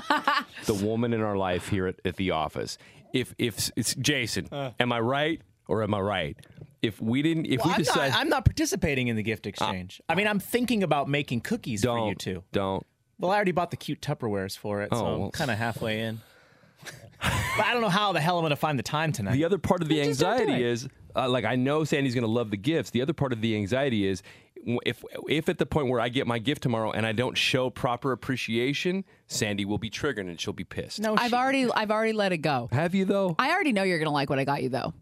the woman in our life here at, at the office. If if it's Jason, am I right or am I right? If we didn't, if
Well,
we
I'm,
decide, Ah.
not, I'm not participating in the gift exchange. I mean, I'm thinking about making cookies for you
Don't.
two.
Don't.
Well, I already bought the cute Tupperwares for it, so
Oh,
I'm
well.
kind of halfway in. but I don't know how the hell I'm going to find the time tonight.
The other part of the
just don't do
anxiety
it.
is uh, like I know Sandy's going to love the gifts. The other part of the anxiety is w- if if at the point where I get my gift tomorrow and I don't show proper appreciation, Sandy will be triggered and she'll be pissed.
No,
I've already I've already let it go.
Have you though?
I already know you're gonna like what I got you though.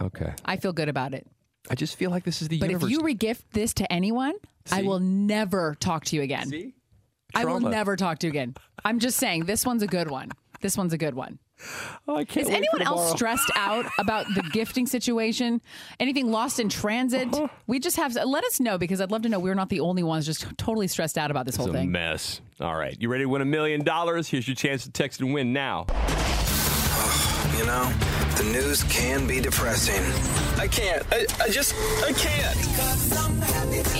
Okay.
I feel good about it.
I just feel like this is the
But
universe.
if you regift this to anyone, I will never talk to you again. I will
Trauma.
never talk to you again. I'm just saying this one's a good one. This one's a good one.
Oh, I can't
Is
wait for
anyone else
tomorrow.
stressed out about the gifting situation? Anything lost in transit?
Uh-huh.
We just have let us know because I'd love to know. We're not the only ones just totally stressed out about this whole
It's a
thing.
mess. All right, you ready to win a million dollars? Here's your chance to text and win now.
You know, the news can be depressing. I can't. I, I just, I can't.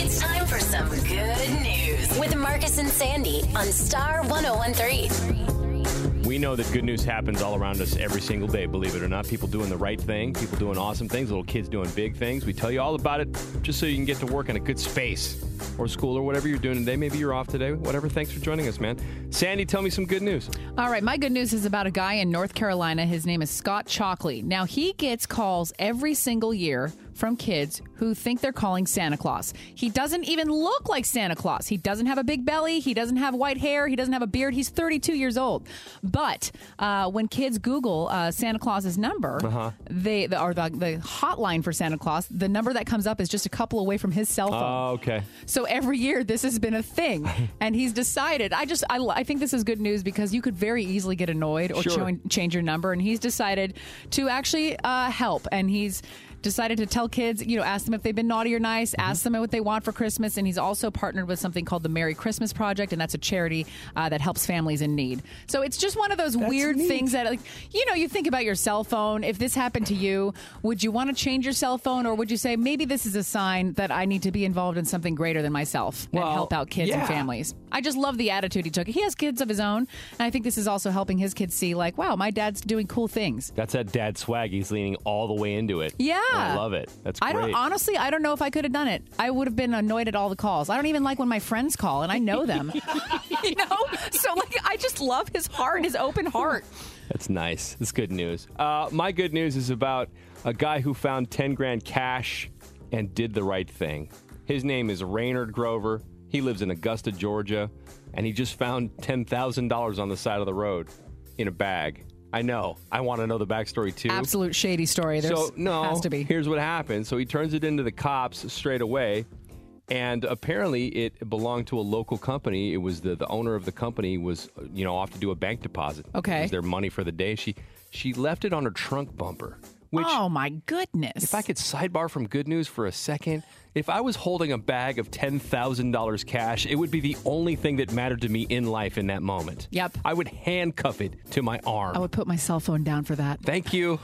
It's time for some good news with Marcus and Sandy on Star 1013.
We know that good news happens all around us every single day, believe it or not. People doing the right thing, people doing awesome things, little kids doing big things. We tell you all about it just so you can get to work in a good space or school or whatever you're doing today. Maybe you're off today, whatever. Thanks for joining us, man. Sandy, tell me some good news.
All right, my good news is about a guy in North Carolina. His name is Scott Chalkley. Now, he gets calls every single year from kids who think they're calling Santa Claus. He doesn't even look like Santa Claus. He doesn't have a big belly. He doesn't have white hair. He doesn't have a beard. He's 32 years old. But uh, when kids Google uh, Santa Claus's number,
Uh-huh.
they the, or the, the hotline for Santa Claus, the number that comes up is just a couple away from his cell phone.
Oh, okay.
So every year, this has been a thing, and he's decided. I just, I, I think this is good news because you could very easily get annoyed or
Sure.
cho- change your number, and he's decided to actually uh, help, and he's decided to tell kids, you know, ask them if they've been naughty or nice, ask them what they want for Christmas, and he's also partnered with something called the Merry Christmas Project, and that's a charity uh, that helps families in need. So it's just one of those weird things that, like, you know, you think about your cell phone. If this happened to you, would you want to change your cell phone, or would you say maybe this is a sign that I need to be involved in something greater than myself and help out kids and
yeah.
families? I just love the attitude he took. He has kids of his own, and I think this is also helping his kids see, like, wow, my dad's doing cool things.
That's that dad swag. He's leaning all the way into it.
Yeah.
I love it. That's great.
I don't honestly. I don't know if I could have done it. I would have been annoyed at all the calls. I don't even like when my friends call, and I know them. you know, so like, I just love his heart, his open heart.
That's nice. That's good news. Uh, my good news is about a guy who found 10 grand cash and did the right thing. His name is Raynard Grover. He lives in Augusta, Georgia, and he just found $10,000 on the side of the road in a bag. I know. I want to know the backstory too.
Absolute shady story. There's
So no,
has to be.
here's what happened. So he turns it into the cops straight away, and apparently it belonged to a local company. It was the the owner of the company was you know off to do a bank deposit.
Okay.
it was their money for the day. She she left it on her trunk bumper. Which,
oh my goodness!
if I could sidebar from good news for a second, if I was holding a bag of ten thousand dollars cash, it would be the only thing that mattered to me in life in that moment.
Yep. Oh,
I would handcuff it to my arm.
I would put my cell phone down for that.
Thank you.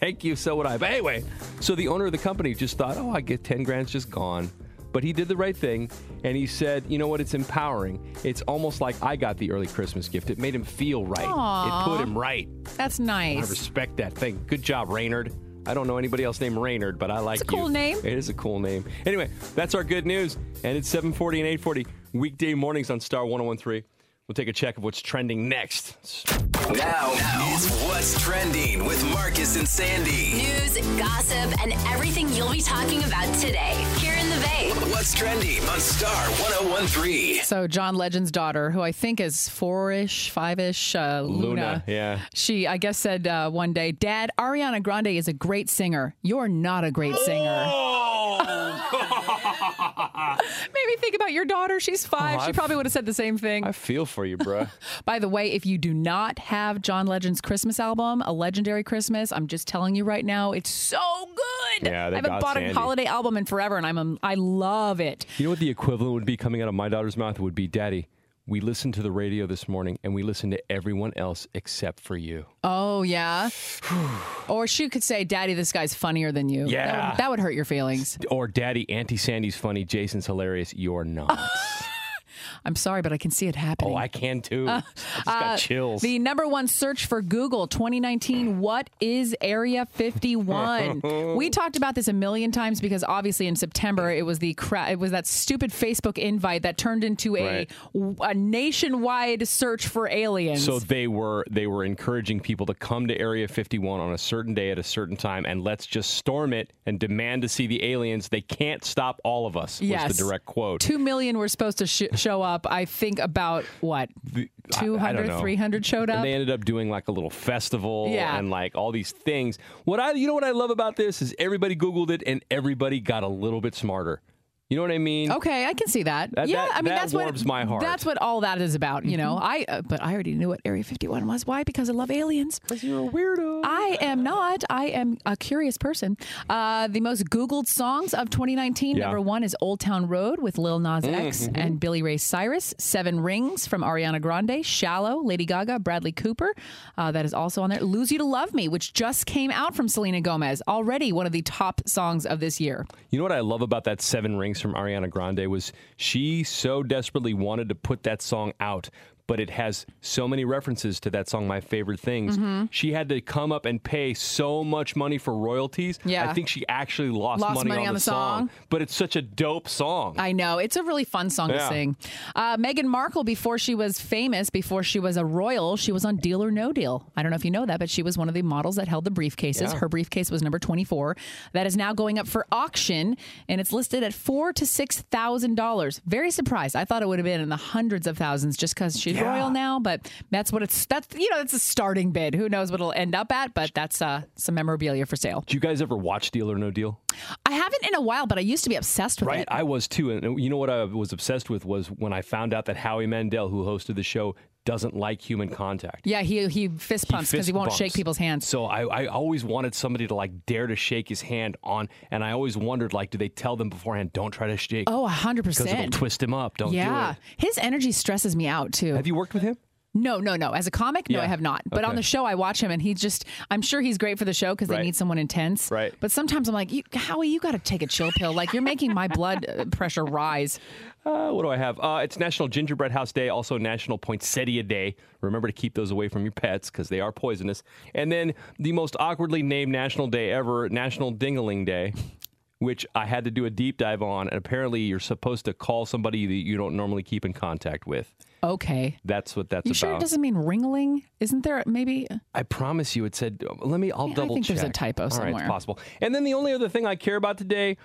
Thank you. So would I. But anyway, so the owner of the company just thought, oh, I get 10 grand's just gone. But he did the right thing. And he said, you know what? It's empowering. It's almost like I got the early Christmas gift. It made him feel right.
Aw.
It put him right.
That's
I
nice.
respect that thing. Good job, Raynard. I don't know anybody else named Raynard, but I like
a cool
you.
name.
It is a cool name. Anyway, that's our good news. And it's 740 and 840 weekday mornings on Star 1013. We'll take a check of what's trending next.
Now, is what's trending with Marcus and Sandy.
News, gossip, and everything you'll be talking about today here in the Bay.
What's trending on Star 1013?
So John Legend's daughter, who I think is four-ish, five-ish, uh, Luna.
Luna, yeah.
She, I guess, said uh, one day, "Dad, Ariana Grande is a great singer. You're not a great singer."
Oh!
Maybe think about your daughter. She's five.
Oh,
she
I've-
probably would have said the same thing.
I feel for you, bruh.
By the way, if you do not have John Legend's Christmas album, A Legendary Christmas, I'm just telling you right now, it's so good.
Yeah, they
I haven't
got
bought a
Sandy.
holiday album in forever, and I'm um, I love it.
You know what the equivalent would be coming out of my daughter's mouth would be, Daddy, we listened to the radio this morning and we listened to everyone else except for you.
Oh yeah. or she could say, "Daddy, this guy's funnier than you." That
Yeah.
would- that would hurt your feelings.
Or Daddy, Auntie Sandy's funny, Jason's hilarious, you're not.
I'm sorry, but I can see it happening.
oh, I can too. I just got
Uh,
chills.
The number one search for Google 2019 What is Area 51? we talked about this a million times because obviously in September it was the cra- it was that stupid Facebook invite that turned into a, a nationwide search for aliens.
so they were they were encouraging people to come to Area 51 on a certain day at a certain time and let's just storm it and demand to see the aliens. They can't stop all of us.
Yes.
Was the direct quote.
Two million were supposed to sh- show up. I think about what
I- I don't
200,
know.
300 showed up.
And they ended up doing like a little festival
Yeah.
and like all these things. What I you know what I love about this is everybody Googled it and everybody got a little bit smarter. You know what I mean?
Okay, I can see that.
That-
yeah,
that-
I mean
that
that's
warms
what
my heart. Mm-hmm.
That's what all that is about, you know. I uh, but I already knew what Area 51 was. Why? Because I love aliens. Because
you're a weirdo.
I am not. I am a curious person. Uh, the most Googled songs of 2019.
Yeah.
Number one is Old Town Road with Lil Nas
Mm-hmm.
X
Mhm.
and Billy Ray Cyrus. Seven Rings from Ariana Grande. Shallow, Lady Gaga, Bradley Cooper. Uh, that is also on there. Lose You to Love Me, which just came out from Selena Gomez. Already one of the top songs of this year.
You know what I love about that Seven Rings from Ariana Grande was she so desperately wanted to put that song out, but it has so many references to that song, My Favorite Things.
Mhm.
She had to come up and pay so much money for royalties. I
Yeah.
think she actually lost,
Lost money on the song.
But it's such a dope song.
I know. It's a really fun song
Yeah.
to sing. Uh, Meghan Markle, before she was famous, before she was a royal, she was on Deal or No Deal. I don't know if you know that, but she was one of the models that held the briefcases.
Yeah.
Her briefcase was number 24. That is now going up for auction, and it's listed at four to $6,000. Very surprised. I thought it would have been in the hundreds of thousands just because she's
Yeah.
royal now, but that's what it's, that's, you know, that's a starting bid. Who knows what it'll end up at, but that's uh, some memorabilia for sale.
Do you guys ever watch Deal or No Deal?
I haven't in a while, but I used to be obsessed with
Right,
it.
I was too. And you know what I was obsessed with was when I found out that Howie Mandel, who hosted the show, doesn't like human contact.
Yeah, he he fist pumps
fist
because he won't
bumps.
shake people's hands.
So I, I always wanted somebody to like dare to shake his hand on, and I always wondered like, do they tell them beforehand, don't try to shake?
Oh, 100%.
Because it'll twist him up. Don't
yeah,
do it.
his energy stresses me out too. Have
you worked with him?
No, no, no. As a comic, no,
Yeah.
I have not. But on
Okay.
the show, I watch him, and he just—I'm sure he's great for the show because they
Right.
need someone intense. Right. But sometimes I'm like, you, Howie, you got to take a chill pill. Like you're making my blood uh, pressure rise.
Uh, what do I have? Uh, it's National Gingerbread House Day, also National Poinsettia Day. Remember to keep those away from your pets because they are poisonous. And then the most awkwardly named national day ever, National Dingaling Day, which I had to do a deep dive on. And apparently, you're supposed to call somebody that you don't normally keep in contact with.
Okay.
That's what that's
you
about.
sure it doesn't mean ringling? Isn't there maybe? uh,
I promise you, it said. Let me. I'll
Yeah, I
double
think
check.
there's a typo
All right,
somewhere.
it's possible. And then the only other thing I care about today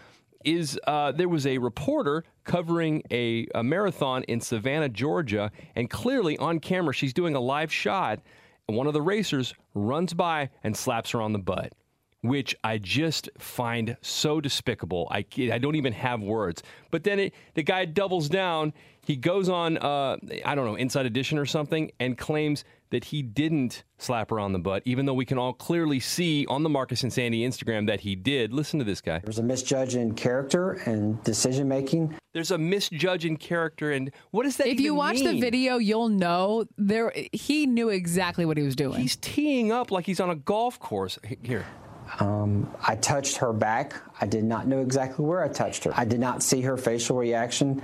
is uh, there was a reporter covering a, a marathon in Savannah, Georgia, and clearly on camera she's doing a live shot, and one of the racers runs by and slaps her on the butt. Which I just find so despicable. I, ca- I don't even have words. But then it, the guy doubles down. He goes on, uh, I don't know, Inside Edition or something, and claims that he didn't slap her on the butt, even though we can all clearly see on the Marcus and Sandy Instagram that he did. Listen to this guy.
There's a misjudge in character and decision making.
There's a misjudge in character, and what does that
If you
even
watch the
mean?
video, you'll know there. He knew exactly what he was doing.
He's teeing up like he's on a golf course. H- Here.
Um, I touched her back. I did not know exactly where I touched her. I did not see her facial reaction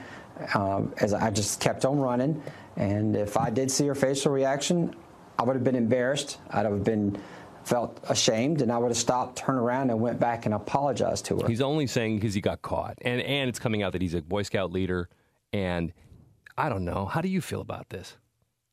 um, as I just kept on running. And if I did see her facial reaction, I would have been embarrassed. I'd have been felt ashamed, and I would have stopped, turned around, and went back and apologized to her.
He's only saying because he got caught, and and it's coming out that he's a Boy Scout leader, and I don't know. How do you feel about this?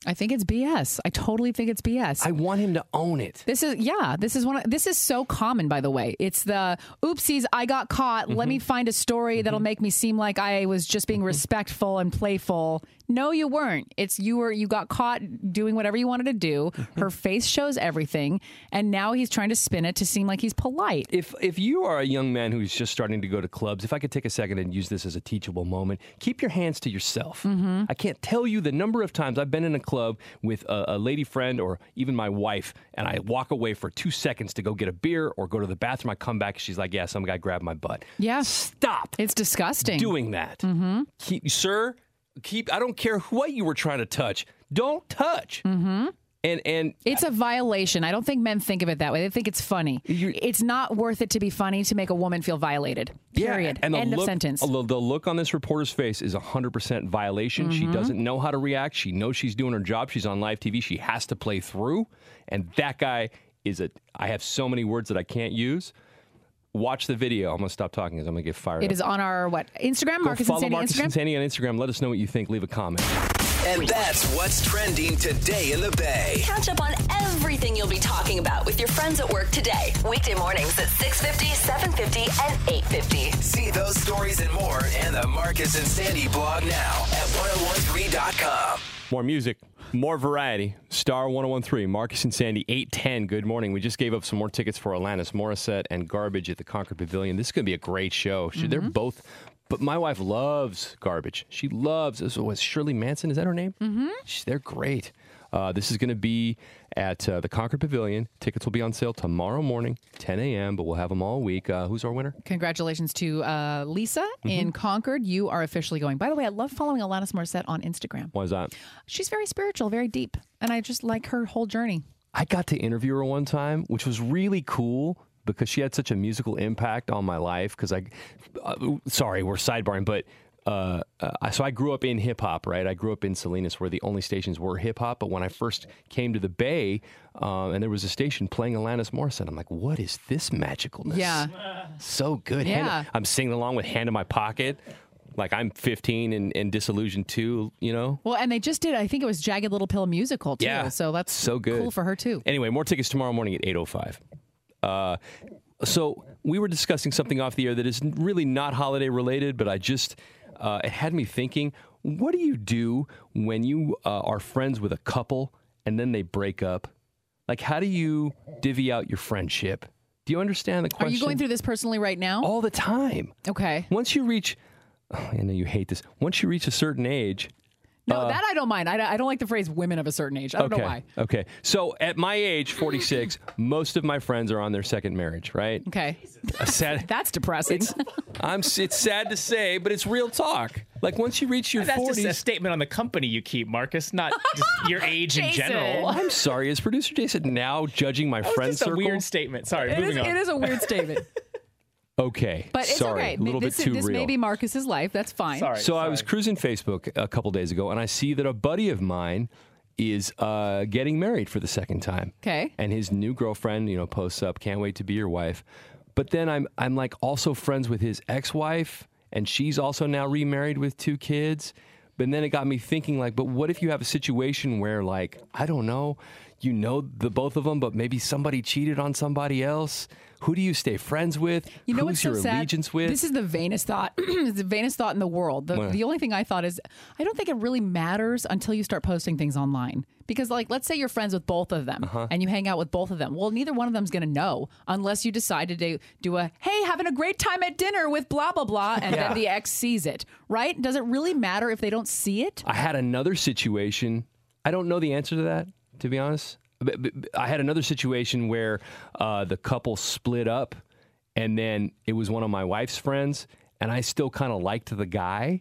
I think it's BS. I totally think it's BS. I
want him to own it.
This is yeah, this is one of, this is so common by the way. It's the oopsies, I got caught. Let
Mm-hmm.
me find a story that'll make me seem like I was just being respectful and playful. No, you weren't. It's you were you got caught doing whatever you wanted to do.
Mm-hmm.
Her face shows everything, and now he's trying to spin it to seem like he's polite.
If if you are a young man who's just starting to go to clubs, if I could take a second and use this as a teachable moment, keep your hands to yourself.
Mhm.
I can't tell you the number of times I've been in a club with a, a lady friend or even my wife, and I walk away for two seconds to go get a beer or go to the bathroom. I come back, she's like, "Yeah, some guy grabbed my butt."
Yeah.
Stop.
It's disgusting.
Doing that.
Mhm.
Keep, sir, keep. I don't care what you were trying to touch. Don't touch.
Mhm.
And and
It's a violation. I don't think men think of it that way. They think it's funny. It's not worth it to be funny to make a woman feel violated. Period.
And the
End
look,
of sentence.
The the look on this reporter's face is 100% violation. She
Mhm.
doesn't know how to react. She knows she's doing her job. She's on live TV. She has to play through. And that guy is a. I have so many words that I can't use. Watch the video. I'm gonna stop talking because I'm gonna get fired.
It
up.
is on our what Instagram,
Go
Marcus and
follow
Sandy
Marcus
Instagram.
and Sandy on Instagram. Let us know what you think. Leave a comment.
And that's what's trending today in the Bay.
Catch up on everything you'll be talking about with your friends at work today. Weekday mornings at 6.50, 7.50, and 8.50.
See those stories and more in the Marcus and Sandy blog now at 1013.com.
More music, more variety. Star 1013, Marcus and Sandy, 810. Good morning. We just gave up some more tickets for Alanis Morissette and Garbage at the Concord Pavilion. This is going to be a great show. Should They're both But my wife loves garbage. She loves. This was Shirley Manson. Is that her name? Mm-hmm. they're great. Uh, this is going to be at uh, the Concord Pavilion. Tickets will be on sale tomorrow morning, 10 a.m. But we'll have them all week. Uh, who's our winner?
Congratulations to uh, Lisa
Mm-hmm.
in Concord. You are officially going. By the way, I love following Alanis Morissette on Instagram.
Why is that?
She's very spiritual, very deep, and I just like her whole journey.
I got to interview her one time, which was really cool because she had such a musical impact on my life. Because I, uh, sorry, we're sidebarring, but uh, uh, I- so I grew up in hip hop, right? I grew up in Salinas where the only stations were hip hop. But when I first came to the Bay, um, and there was a station playing Alanis Morissette, I'm like, what is this magicalness?
Yeah.
So good. Hand-
Yeah.
I'm singing along with Hand in My Pocket. Like I'm 15 and, and disillusioned too, you know?
Well, and they just did. I think it was Jagged Little Pill musical too.
Yeah.
So that's
so good.
Cool for her too.
Anyway, more tickets tomorrow morning at 8.05. Uh, so we were discussing something off the air that is really not holiday related, but I just, uh, it had me thinking, what do you do when you uh, are friends with a couple and then they break up? Like, how do you divvy out your friendship? Do you understand the
Are
question? Oh.
you going through this personally right now?
All the time.
Okay.
Once you reach, I know you hate this, once you reach a certain age,
No,
uh,
that I don't mind. I, I don't like the phrase "women of a certain age." I don't
okay.
know why.
Okay. So at my age, 46, most of my friends are on their second marriage, right?
Okay.
A sad,
That's depressing.
I'm, s- it's sad to say, but it's real talk. Like once you reach your
That's
40s.
just a statement on the company you keep, Marcus, not just your age in general.
I'm sorry. Is producer Jason now judging my
That was
friend
just a
circle?
weird statement. Sorry,
it, is,
moving on.
it is a weird statement,
Okay.
but it's
sorry,
okay.
A little
this
bit too
this
real.
may be Marcus's life. That's fine.
So I was cruising Facebook a couple days ago, and I see that a buddy of mine is uh, getting married for the second time.
Okay.
And his new girlfriend, you know, posts up, "Can't wait to be your wife." But then I'm I'm like also friends with his ex-wife, and she's also now remarried with two kids. But then it got me thinking, like, but what if you have a situation where, like, I don't know, you know the both of them, but maybe somebody cheated on somebody else. Who do you stay friends with?
You know
Who's
what's
your
so sad?
allegiance with?
This is the vainest thought. it's the vainest thought in the world. The,
What?
the only thing I thought is, I don't think it really matters until you start posting things online. Because, like, let's say you're friends with both of them
Uh-huh.
and you hang out with both of them. Well, neither one of them's going to know unless you decide to do, do a, hey, having a great time at dinner with blah, blah, blah. And
Yeah.
then the ex sees it, right? Does it really matter if they don't see it?
I had another situation. I don't know the answer to that, to be honest. But, but- but I had another situation where uh, the couple split up, and then it was one of my wife's friends, and I still kind of liked the guy,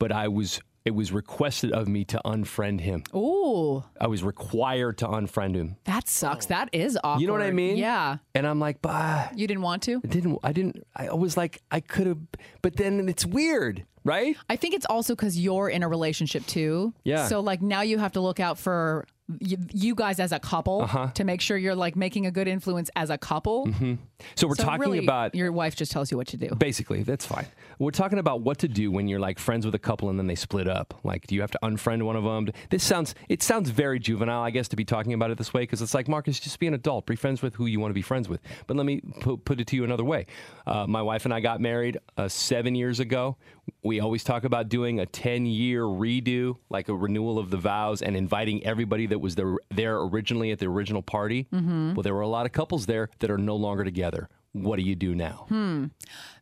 but I was it was requested of me to unfriend him.
Oh. Ooh,
I was required to unfriend him.
that sucks. That is awkward.
Oh. You know what I mean?
Yeah.
And I'm like, bah.
You didn't want to?
I didn't. I didn't. I was like, I could have, but then it's weird, right?
I think it's also because you're in a relationship too.
Yeah.
So like now you have to look out for you, you guys as a couple
Uh-huh.
to make sure you're like making a good influence as a couple. Mm-hmm.
So we're talking about
your wife just tells you what to do.
Basically, that's fine. We're talking about what to do when you're like friends with a couple and then they split up. Like, do you have to unfriend one of them? This sounds it sounds very juvenile, I guess, to be talking about it this way because it's like Marcus, just be an adult, be friends with who you want to be friends with. But let me pu- put it to you another way. Uh, my wife and I got married uh, seven years ago. We always talk about doing a ten year redo, like a renewal of the vows, and inviting everybody that was there there originally at the original party.
Mhm.
Well, there were a lot of couples there that are no longer together. What do you do now?
Hmm.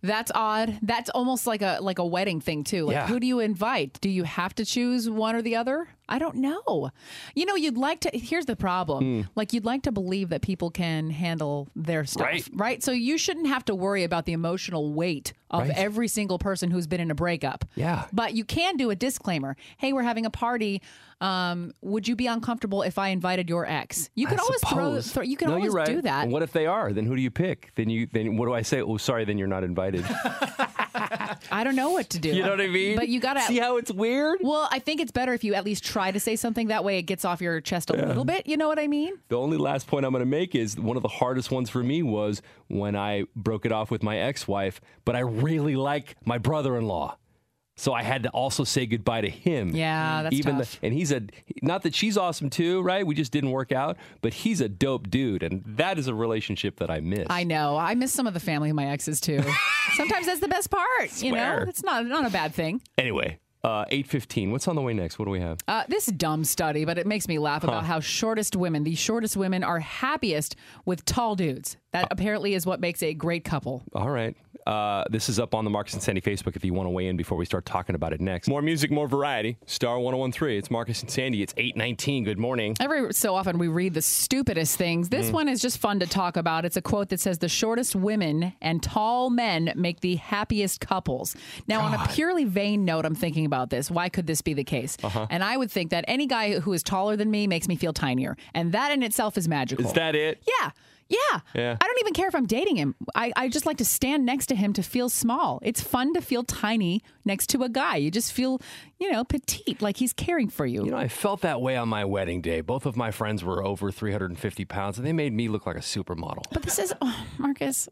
That's odd. That's almost like a like a wedding thing too. Like
Yeah.
who do you invite? Do you have to choose one or the other? I don't know. You know, you'd like to here's the problem.
Hmm.
Like you'd like to believe that people can handle their stuff.
Right.
So you shouldn't have to worry about the emotional weight of
Right.
every single person who's been in a breakup.
Yeah.
But you can do a disclaimer. Hey, we're having a party. Um, would you be uncomfortable if I invited your ex? You
I
can always throw,
suppose.
throw you can
No,
always
you're right.
do that.
And what if they are? Then who do you pick? Then you then what do I say? Oh, sorry, then you're not invited.
I don't know what to do.
You know what I mean?
But you gotta
See how it's weird.
Well, I think it's better if you at least try to say something. That way, it gets off your chest a
Yeah.
little bit. You know what I mean?
the only last point I'm going to make is one of the hardest ones for me was when I broke it off with my ex-wife, but I really like my brother-in-law. So I had to also say goodbye to him. Mm.
Yeah, that's
even
tough.
The, and he's a not that she's awesome too, right? We just didn't work out, but he's a dope dude, and that is a relationship that I miss.
I know. I miss some of the family of my exes too. Sometimes that's the best part. You know,
Swear.
it's not not a bad thing.
Anyway, uh, eight fifteen. What's on the way next? What do we have?
Uh, this dumb study, but it makes me laugh about
Huh.
how shortest women, the shortest women, are happiest with tall dudes.
Uh.
That apparently is what makes a great couple.
All right. Uh, this is up on the Marcus and Sandy Facebook if you want to weigh in before we start talking about it next. More music, more variety. Star 1013. It's Marcus and Sandy. It's 819. Good morning.
Every so often we read the stupidest things. This
Mm.
one is just fun to talk about. It's a quote that says the shortest women and tall men make the happiest couples. Now, on a purely vain note, I'm thinking about this. Why could this be the case?
Uh-huh.
And I would think that any guy who is taller than me makes me feel tinier, and that in itself is magical.
Is that it?
Yeah. Yeah.
Yeah.
I don't even care if I'm dating him. I, I just like to stand next to him to feel small. It's fun to feel tiny next to a guy. You just feel, you know, petite, like he's caring for you.
You know, I felt that way on my wedding day. Both of my friends were over 350 pounds, and they made me look like a supermodel.
but this is, oh, Marcus,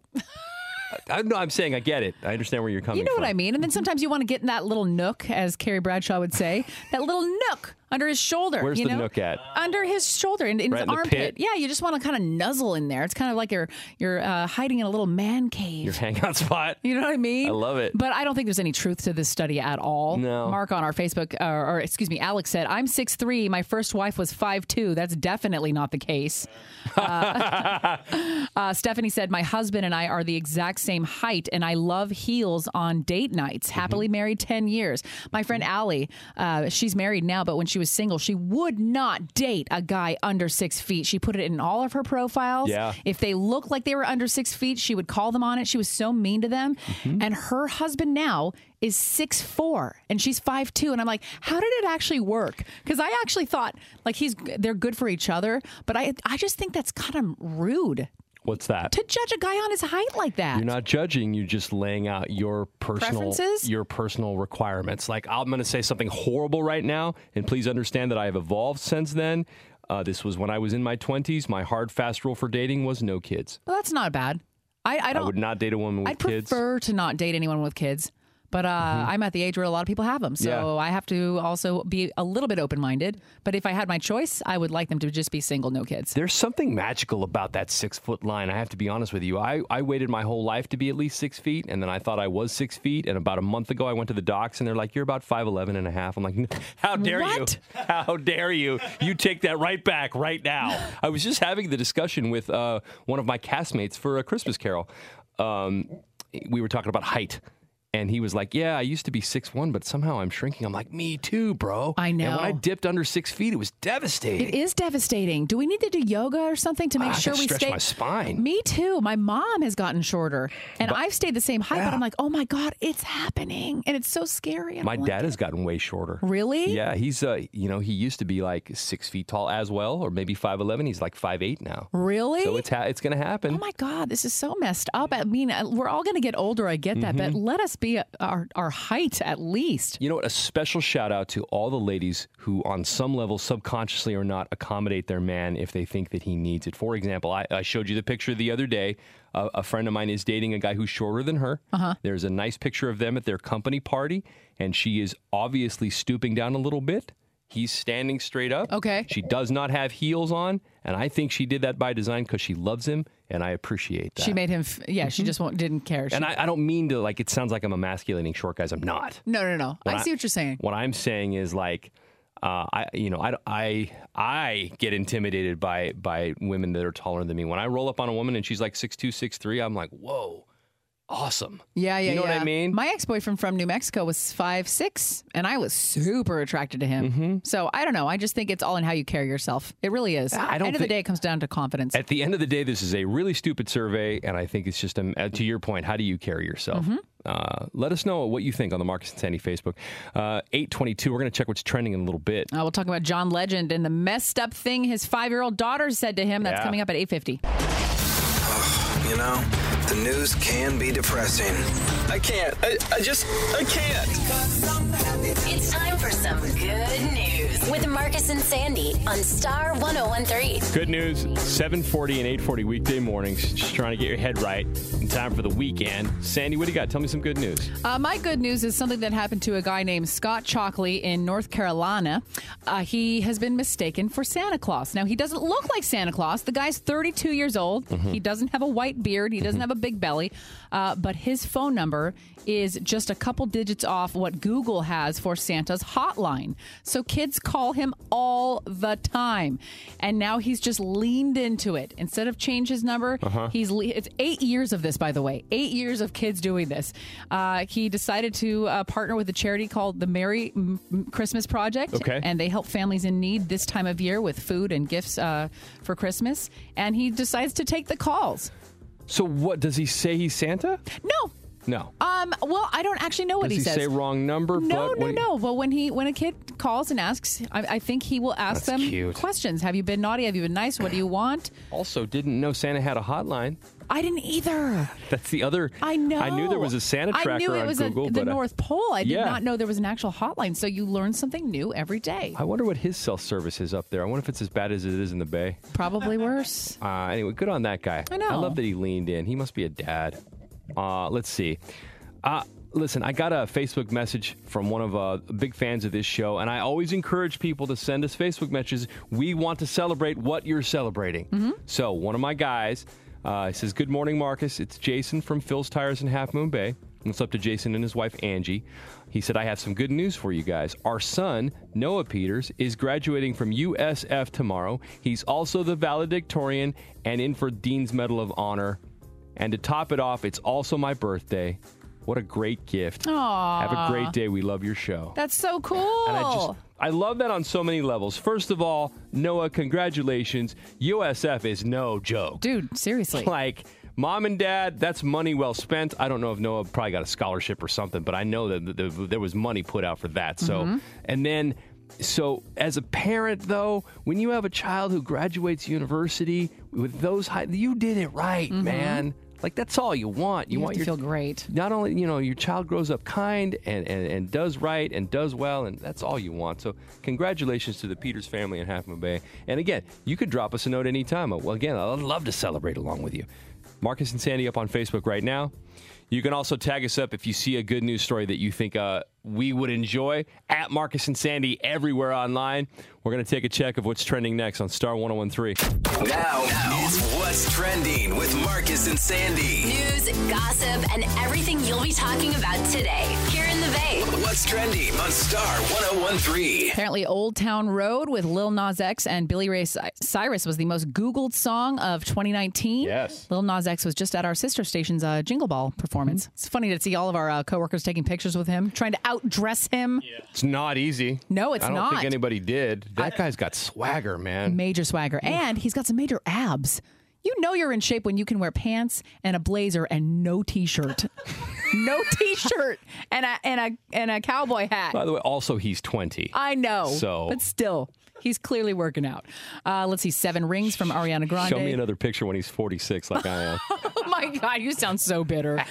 I, no, I'm saying I get it. I understand where you're coming
you know
from.
what I mean? And then sometimes you want to get in that little nook, as Carrie Bradshaw would say, that little nook under his shoulder.
Where's
you
the
know?
nook at?
Under his shoulder, in, in
Right
his
in the
armpit.
pit?
Yeah, you just want to kind of nuzzle in there. It's kind of like you're you're uh, hiding in a little man cave.
Your hangout spot.
You know what I mean?
I love it.
But I don't think there's any truth to this study at all.
No.
Mark on our Facebook, uh, or excuse me, Alex said, I'm 6'3. My first wife was 5'2. That's definitely not the case. Uh, uh, Stephanie said, My husband and I are the exact same height, and I love heels on date nights. Happily married 10 years. My friend Allie, uh, she's married now, but when she was single, she would not date a guy under six feet. She put it in all of her profiles.
Yeah.
If they looked like they were under six feet, she would call them on it. She was so mean to them. And her husband now is six four, and she's five two. And I'm like, how did it actually work? Because I actually thought like he's they're good for each other, but I I just think that's kind of rude
What's that?
to judge a guy on his height like that.
You're not judging. You're just laying out your personal
Preferences?
your personal requirements. Like I'm going to say something horrible right now, and please understand that I have evolved since then. Uh, this was when I was in my 20s. My hard fast rule for dating was no kids.
Well, that's not bad. I I
I,
don't.
would not date a woman with
I'd
kids. Mm-hmm.
prefer to not date anyone with kids. But uh, I'm at the age where a lot of people have them, so
Yeah.
I have to also be a little bit open-minded. But if I had my choice, I would like them to just be single, no kids.
There's something magical about that six foot line. I have to be honest with you. I, I waited my whole life to be at least six feet, and then I thought I was six feet. And about a month ago, I went to the docs, and they're like, You're about 5'11 and a half. I'm like, "N- How dare
What?
you? How dare you? You take that right back right now. I was just having the discussion with uh, one of my castmates for a Christmas carol. Um, we were talking about height. And he was like, "Yeah, I used to be six one, but somehow I'm shrinking." I'm like, "Me too, bro." I know. And when I dipped under six feet, it was devastating.
It is devastating. Do we need to do yoga or something to make
Ah, I
sure
gotta
we
stretch
stay?
my spine.
Me too. My mom has gotten shorter, and I've stayed the same height. But I'm like, oh my god, it's happening, and it's so scary. I
My
don't
dad
want
has gotten way shorter.
Really?
Yeah, he's uh, you know, he used to be like six feet tall as well, or maybe five eleven. He's like five eight now.
Really?
So it's ha- it's gonna happen.
Oh my God, this is so messed up. I mean, uh, we're all going to get older. I get that,
Mm-hmm.
but let us be uh, our our height at least.
You know what? A special shout out to all the ladies who, on some level, subconsciously or not, accommodate their man if they think that he needs it. For example, I, I showed you the picture the other day. Uh, a friend of mine is dating a guy who's shorter than her.
Uh-huh.
There's a nice picture of them at their company party, and she is obviously stooping down a little bit. He's standing straight up.
Okay.
She does not have heels on, and I think she did that by design because she loves him, and I appreciate that. Mm-hmm.
She made him. F- yeah, she just won't, didn't care. She,
and I, I don't mean to like. It sounds like I'm emasculating short guys. I'm not.
no, no, no.
When
I see what you're saying.
What I'm saying is like, uh, I you know I, I I get intimidated by by women that are taller than me. When I roll up on a woman and she's like six two six three, I'm like, whoa, awesome.
Yeah, yeah,
You know what I
yeah.
mean?
My ex boyfriend from New Mexico was five six, and I was super attracted to him.
Mm-hmm.
So I don't know. I just think it's all in how you carry yourself. It really is.
I don't
End of the
thi-
day, it comes down to confidence.
At the end of the day, this is a really stupid survey, and I think it's just um, uh, to your point. How do you carry yourself?
Mm-hmm.
Uh, let us know what you think on the Marcus and Sandy Facebook. Uh, Eight twenty two. We're gonna check what's trending in a little bit.
Uh, we'll talk about John Legend and the messed up thing his five year old daughter said to him. That's
Yeah.
coming up at eight fifty.
You know, the news can be depressing. I can't. I, I just, I can't.
It's time for some good news with Marcus and Sandy on Star 1013.
Good news, 740 and 840 weekday mornings. Just trying to get your head right in time for the weekend. Sandy, what do you got? Tell me some good news.
Uh, my good news is something that happened to a guy named Scott Chalkley in North Carolina. Uh, he has been mistaken for Santa Claus. Now, he doesn't look like Santa Claus. The guy's 32 years old.
Mhm.
He doesn't have a white beard. He doesn't have a big belly. Uh, but his phone number. number is just a couple digits off what Google has for Santa's hotline. So kids call him all the time. And now he's just leaned into it. Instead of change his number,
Uh-huh.
he's le- it's 8 years of this by the way. 8 years of kids doing this. Uh, he decided to uh, partner with a charity called the Merry M- M- Christmas Project
Okay.
and they help families in need this time of year with food and gifts uh, for Christmas. And he decides to take the calls.
So what does he say? He's Santa?
No.
No.
Um. Well, I don't actually know what
does
he,
he,
says.
say wrong number?
no,
but
no,
what-
no. But when he when a kid calls and asks, I, I think he will
That's
ask them
cute.
questions. Have you been naughty? Have you been nice? What do you want?
Also, didn't know Santa had a hotline.
I didn't either.
That's the other.
I know.
I knew there was a Santa tracker
I knew it
on
was a-
Google,
the
but I-
North Pole. I did
Yeah.
not know there was an actual hotline. So you learn something new every day.
I wonder what his self service is up there. I wonder if it's as bad as it is in the Bay.
Probably worse.
Uh, anyway, good on that guy.
I know.
I love that he leaned in. He must be a dad. Uh, let's see. Uh, listen, I got a Facebook message from one of uh, big fans of this show, and I always encourage people to send us Facebook messages. We want to celebrate what you're celebrating.
Mm-hmm.
So one of my guys uh, says, "Good morning, Marcus. It's Jason from Phil's Tires in Half Moon Bay." It's up to Jason and his wife Angie. He said, "I have some good news for you guys. Our son Noah Peters is graduating from USF tomorrow. He's also the valedictorian and in for Dean's Medal of Honor. And to top it off, it's also my birthday. What a great gift!
Aw.
Have a great day. We love your show."
That's so cool.
And I just I love that on so many levels. First of all, Noah, congratulations. USF is no joke.
Dude, seriously.
Like Mom and dad, that's money well spent. I don't know if Noah probably got a scholarship or something, but I know that th- th- there was money put out for that. So,
Mhm.
and then, so as a parent, though, when you have a child who graduates university with those high, you did it right,
Mhm.
man. Like that's all you want. You,
You have
want
to
your,
feel
great.
Not only you know your child grows up kind and, and and does right and does well, and that's all you want. So congratulations to the Peters family in Half Moon Bay. And again, you could drop us a note anytime. Well, again, I'd love to celebrate along with you. Marcus and Sandy up on Facebook right now. You can also tag us up if you see a good news story that you think uh, we would enjoy at Marcus and Sandy everywhere online. We're going to take a check of what's trending next on Star 1013.
Now, it's What's Trending with Marcus and Sandy.
News, gossip, and everything you'll be talking about today here in the Bay.
What's Trending on Star 1013.
Apparently, Old Town Road with Lil Nas X and Billy Ray Cy- Cyrus was the most Googled song of 2019. Yes. Lil Nas X was just at our sister station's uh, Jingle Ball
Mm-hmm.
performance. It's funny to see all of our uh, coworkers taking pictures with him, trying to outdress him.
It's not easy.
No, it's
I don't
not.
think anybody did. That guy's got swagger, man.
Major swagger. And he's got some major abs. You know you're in shape when you can wear pants and a blazer and no t shirt. no t shirt and a, and, a, and a cowboy hat.
By the way, also he's 20.
I know.
So-
but still, he's clearly working out. Uh, let's see, seven rings from Ariana Grande.
Show me another picture when he's 46 like I am.
oh my God, you sound so bitter.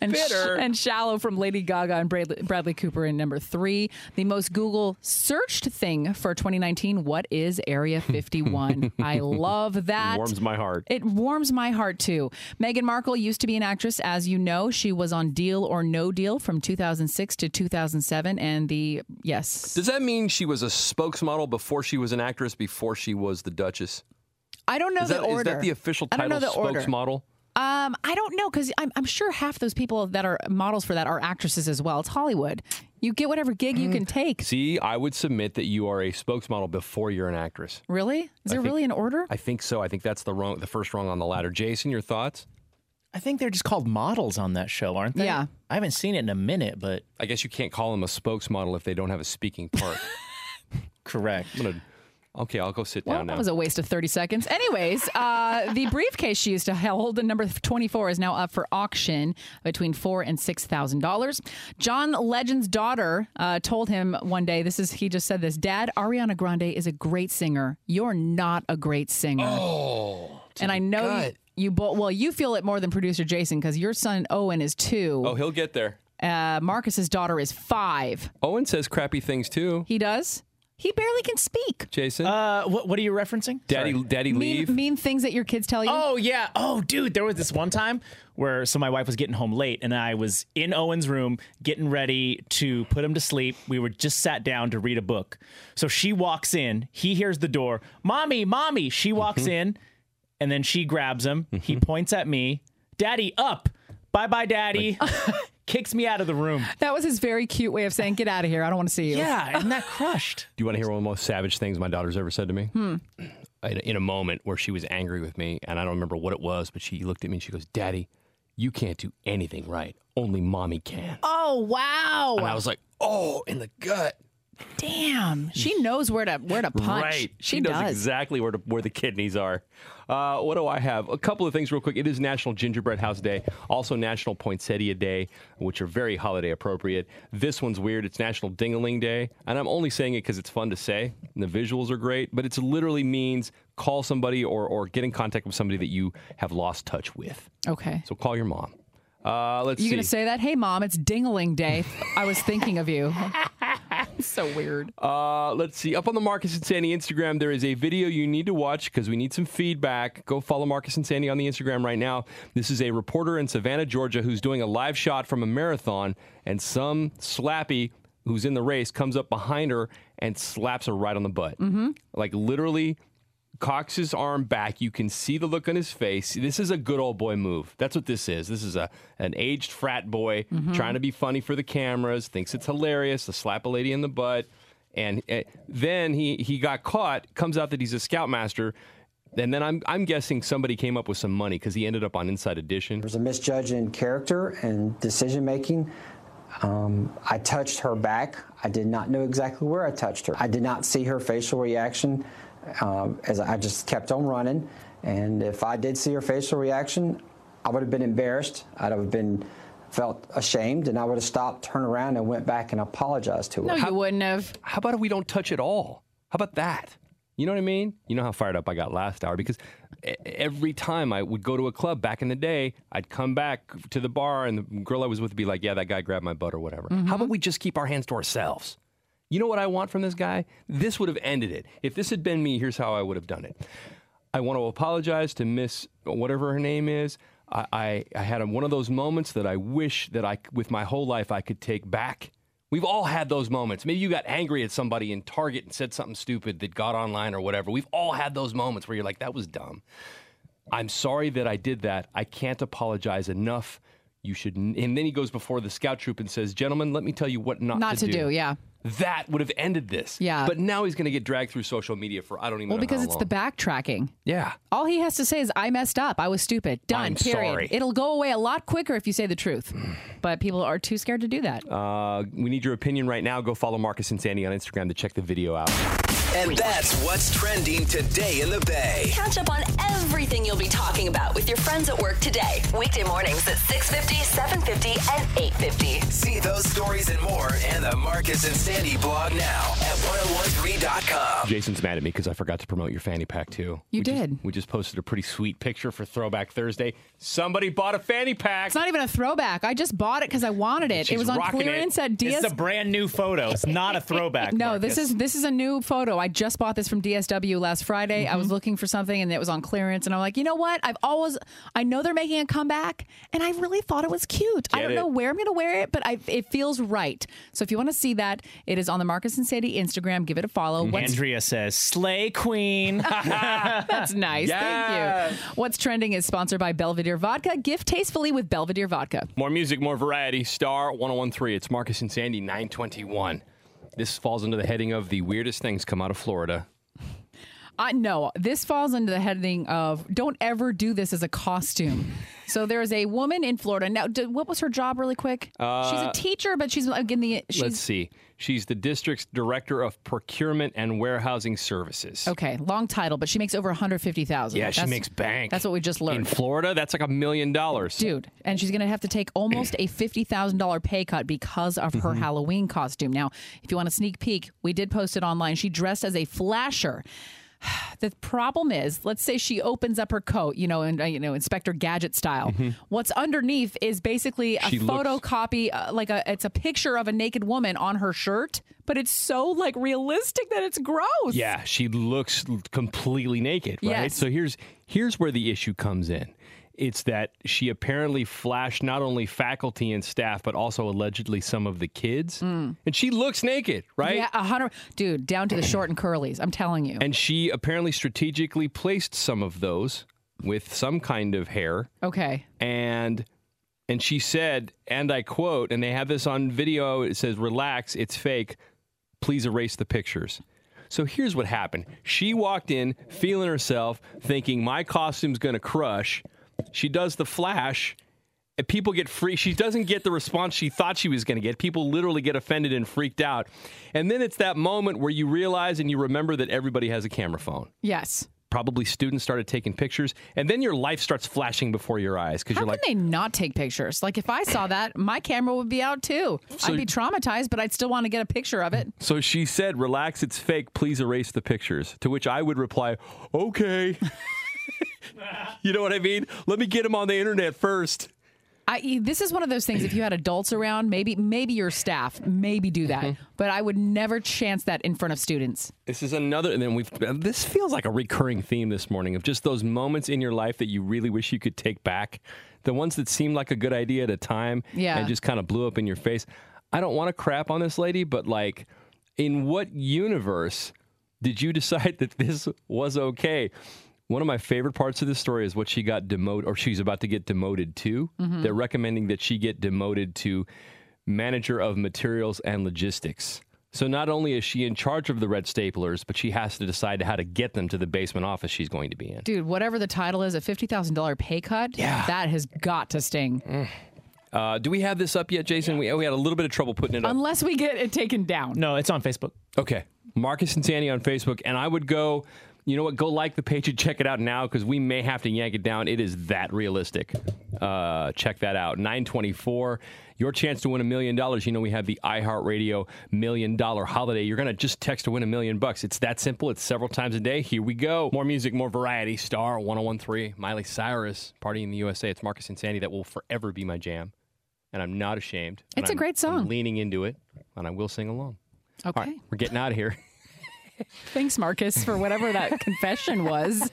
And
Bitter.
and shallow from Lady Gaga and Bradley, Bradley Cooper in number three. The most Google searched thing for 2019. What is Area 51? I love that.
Warms my heart.
It warms my heart too. Meghan Markle used to be an actress, as you know. She was on Deal or No Deal from 2006 to 2007, and the yes,
Does that mean she was a spokesmodel before she was an actress, before she was the Duchess?
I don't know
is,
the
that, is
order.
that the official
I don't
title,
know the order.
spokesmodel?
Um, I don't know because I'm, I'm sure half those people that are models for that are actresses as well. It's Hollywood. You get whatever gig
Mm.
you can take.
See, I would submit that you are a spokesmodel before you're an actress.
Really? Is
I
there
think-
really an order?
I think so. I think that's the wrong, the first rung on the ladder. Jason, your thoughts?
I think they're just called models on that show, aren't they?
Yeah.
I haven't seen it in a minute, but
I guess you can't call them a spokesmodel if they don't have a speaking part.
Correct.
I'm gonna, okay, I'll go sit
Well,
down now.
that was a waste of 30 seconds. Anyways, uh, the briefcase she used to hold, the number 24, is now up for auction between four and six thousand dollars. John Legend's daughter uh, told him one day, "This is he just said this. Dad, Ariana Grande is a great singer. You're not a great singer.
Oh,
and I know you, you both. Well, you feel it more than producer Jason because your son Owen is two.
oh, he'll get there.
Uh, Marcus's daughter is five.
Owen says crappy things too.
He does. He barely can speak.
Jason,
uh, what what are you referencing?
Daddy, Daddy, leave.
Mean, mean things that your kids tell you.
Oh yeah. Oh dude, there was this one time where so my wife was getting home late and I was in Owen's room getting ready to put him to sleep. We were just sat down to read a book. So she walks in, he hears the door, "Mommy, mommy." She walks
Mm-hmm.
in and then she grabs him. He points at me, "Daddy, up." Bye-bye, daddy. kicks me out of the room.
That was his very cute way of saying, "Get out of here! I don't want to see you."
Yeah, isn't that crushed?
Do you want to hear one of the most savage things my daughter's ever said to me?
Hmm.
In, in a moment where she was angry with me, and I don't remember what it was, but she looked at me and she goes, Daddy, you can't do anything right. Only mommy can.
Oh wow!
And I was like, oh, in the gut.
Damn, she knows where to where to punch.
Right.
She,
She, knows
does.
exactly where, to, where the kidneys are. Uh, what do I have? A couple of things, real quick. It is National Gingerbread House Day, also National Poinsettia Day, which are very holiday appropriate. This one's weird. It's National Dingaling Day, and I'm only saying it because it's fun to say. And the visuals are great, but it literally means call somebody or or get in contact with somebody that you have lost touch with.
Okay.
So call your mom. Uh, let's
You
see.
gonna say that? Hey, mom, it's Dingling Day. I was thinking of you. so weird.
Uh, let's see. Up on the Marcus and Sandy Instagram, there is a video you need to watch because we need some feedback. Go follow Marcus and Sandy on the Instagram right now. This is a reporter in Savannah, Georgia, who's doing a live shot from a marathon, and some slappy who's in the race comes up behind her and slaps her right on the butt. Mm-hmm. Like literally cocks his arm back. You can see the look on his face. This is a good old boy move. That's what this is. This is a an aged frat boy trying to be funny for the cameras, thinks it's hilarious to slap a lady in the butt. And eh, then he he got caught. Comes out that he's a scoutmaster. And then I'm I'm guessing somebody came up with some money because he ended up on Inside Edition.
There's a misjudge in character and decision making. Um, I touched her back. I did not know exactly where I touched her. I did not see her facial reaction um, as I just kept on running. And if I did see her facial reaction, I would have been embarrassed. I'd have been felt ashamed, and I would have stopped, turned around, and went back and apologized to her.
No, you wouldn't have.
How about if we don't touch at all? How about that? You know what I mean? You know how fired up I got last hour because e- every time I would go to a club back in the day, I'd come back to the bar and the girl I was with would be like, "Yeah, that guy grabbed my butt or whatever." How about we just keep our hands to ourselves? You know what I want from this guy? This would have ended it. If this had been me, here's how I would have done it. I want to apologize to Miss whatever her name is. I, I, I had one of those moments that I wish that I, with my whole life, I could take back. We've all had those moments. Maybe you got angry at somebody in Target and said something stupid that got online or whatever. We've all had those moments where you're like, that was dumb. I'm sorry that I did that. I can't apologize enough. You should. n-" And then he goes before the scout troop and says, Gentlemen, let me tell you what not,
Not, to, do. Yeah.
That would have ended this.
Yeah.
But now he's going to get dragged through social media for I don't even
Well,
know.
because
how
it's the
long.
backtracking.
Yeah.
All he has to say is, "I messed up. I was stupid. Done.
I'm
period.
sorry.
It'll go away a lot quicker if you say the truth." but people are too scared to do that.
Uh, we need your opinion right now. Go follow Marcus and Sandy on Instagram to check the video out.
And that's what's trending today in the Bay.
Catch up on everything you'll be talking about with your friends at work today. Weekday mornings at 6.50, 7.50, and 8.50.
See those stories and more in the Marcus and Sandy blog now at 1013.com.
Jason's mad at me because I forgot to promote your fanny pack too. we
You did.
Just, we just posted a pretty sweet picture for Throwback Thursday. Somebody bought a fanny pack.
It's not even a throwback. I just bought it because I wanted it.
She's
it was on
rocking it.
clearance at
This
Diaz.
is a brand new photo. It's not a throwback.
no,
Marcus.
this is this is a new photo. I just bought this from DSW last Friday. I
Mm-hmm.
was looking for something and it was on clearance, and I'm like, you know what? I've always I know they're making a comeback, and I really thought it was cute. I
Get
don't
it.
know where I'm gonna wear it, but I, it feels right. So if you want to see that, it is on the Marcus and Sadie Instagram. Give it a follow. What's
Andrea says, "Slay Queen."
That's nice. Thank you. What's trending is sponsored by Belvedere Vodka. Gift tastefully with Belvedere Vodka.
More music, more variety. Star 1013. It's Marcus and Sandy 921. This falls under the heading of the weirdest things come out of Florida.
I no, this falls under the heading of don't ever do this as a costume. So there is a woman in Florida. Now, d what was her job, really quick? she's a
Uh,
teacher, but she's like in the
Let's
she's
see. She's the district's director of procurement and warehousing services.
okay. Long title, but she makes over one hundred fifty thousand.
Yeah, she makes bank.
That's what we just
In
learned,
Florida, that's like a million dollars.
dude. And she's gonna have to take almost a fifty thousand dollar pay cut because of
Mm-hmm.
her Halloween costume. Now, if you want a sneak peek, we did post it online. She dressed as a flasher. The problem is, let's say she opens up her coat, you know, and uh, you know, Inspector Gadget style. What's underneath is basically a
Mm-hmm. She looks-
photocopy, uh, like a it's a picture of a naked woman on her shirt, but it's so like realistic that it's gross.
Yeah, she looks l- completely naked, right?
Yes.
So here's here's where the issue comes in. It's that she apparently flashed not only faculty and staff, but also allegedly some of the kids. And she looks naked, right?
Mm. yeah, a hundred, dude, down to the short and curlies. I'm telling you.
And she apparently strategically placed some of those with some kind of hair.
okay,
And And she said, and I quote, and they have this on video. It says, "Relax, it's fake. Please erase the pictures." So here's what happened. She walked in feeling herself, thinking my costume's going to crush. She does the flash, and people get free. She doesn't get the response she thought she was going to get. People literally get offended and freaked out. And then it's that moment where you realize and you remember that everybody has a camera phone
Yes.
probably students started taking pictures and then your life starts flashing before your eyes because
How
you're
can
like
they not take pictures? Like if I saw that, my camera would be out too.
So-
I'd be traumatized, but I'd still want to get a picture of it.
so she said relax it's fake please erase the pictures to which i would reply okay you know what i mean let me get them on the internet first
I, e, this is one of those things. If you had adults around, maybe maybe your staff, maybe do that.
Mm-hmm.
But I would never chance that in front of students.
this is another and then we've uh, this feels like a recurring theme this morning of just those moments in your life that you really wish you could take back the ones that seemed like a good idea at a time
Yeah.
and just kind of blew up in your face i don't want to crap on this lady but like in what universe did you decide that this was okay one of my favorite parts of the story is what she got demoted or she's about to get demoted to
Mhm.
they're recommending that she get demoted to manager of materials and logistics. So not only is she in charge of the red staplers, but she has to decide how to get them to the basement office she's going to be in.
Dude, whatever the title is, a fifty thousand dollar pay cut. Yeah. that has got to sting.
Mm. Uh, do we have this up yet, Jason? We, we had a little bit of trouble putting it up.
Unless we get it taken down.
No, it's on Facebook. Okay. Marcus and Sandy on Facebook. And I would go, you know what? Go like the page and check it out now because we may have to yank it down. It is that realistic. Uh, check that out. 924. Your chance to win a million dollars. You know, we have the iHeartRadio million dollar holiday. You're going to just text to win a million bucks. It's that simple. It's several times a day. Here we go. More music, more variety. Star 1013, Miley Cyrus, Party in the USA. It's Marcus and Sandy. That will forever be my jam. And I'm not ashamed. And
It's a
I'm-
great song.
I'm leaning into it, and I will sing along.
Okay.
All right, we're getting out of here.
Thanks, Marcus, for whatever that confession was.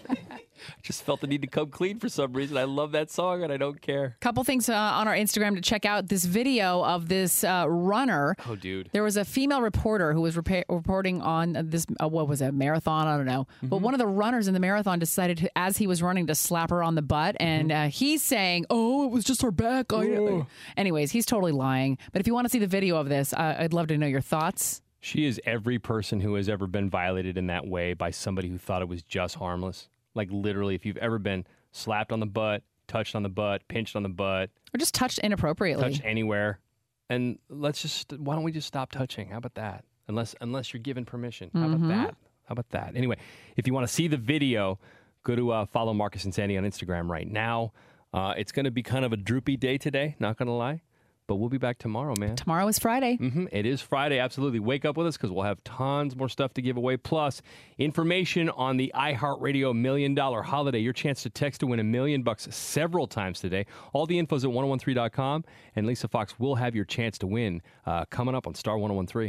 Just felt the need to come clean for some reason. I love that song, and I don't care.
Couple things uh, on our Instagram to check out this video of this uh, runner.
Oh, dude.
There was a female reporter who was repa- reporting on this, uh, what was it, marathon? I don't know. But one of the runners in the marathon decided to, as he was running to slap her on the butt. And uh, he's saying, oh, it was just her back. I didn't-" Anyways, he's totally lying. But if you want to see the video of this, uh, I'd love to know your thoughts.
She is every person who has ever been violated in that way by somebody who thought it was just harmless. Like literally, if you've ever been slapped on the butt, touched on the butt, pinched on the butt,
Or just touched inappropriately.
touched anywhere, and let's just why don't we just stop touching? How about that? Unless unless you're given permission. How about
Mhm.
that? How about that? Anyway, if you want to see the video, go to uh, follow Marcus and Sandy on Instagram right now. Uh, it's going to be kind of a droopy day today, not going to lie, but we'll be back tomorrow, man.
Tomorrow is Friday.
hmm It is Friday. Absolutely. Wake up with us because we'll have tons more stuff to give away. Plus, information on the iHeartRadio Million Dollar Holiday. Your chance to text to win a million bucks several times today. All the info's at 1013.com. And Lisa Fox will have your chance to win uh, coming up on Star 1013.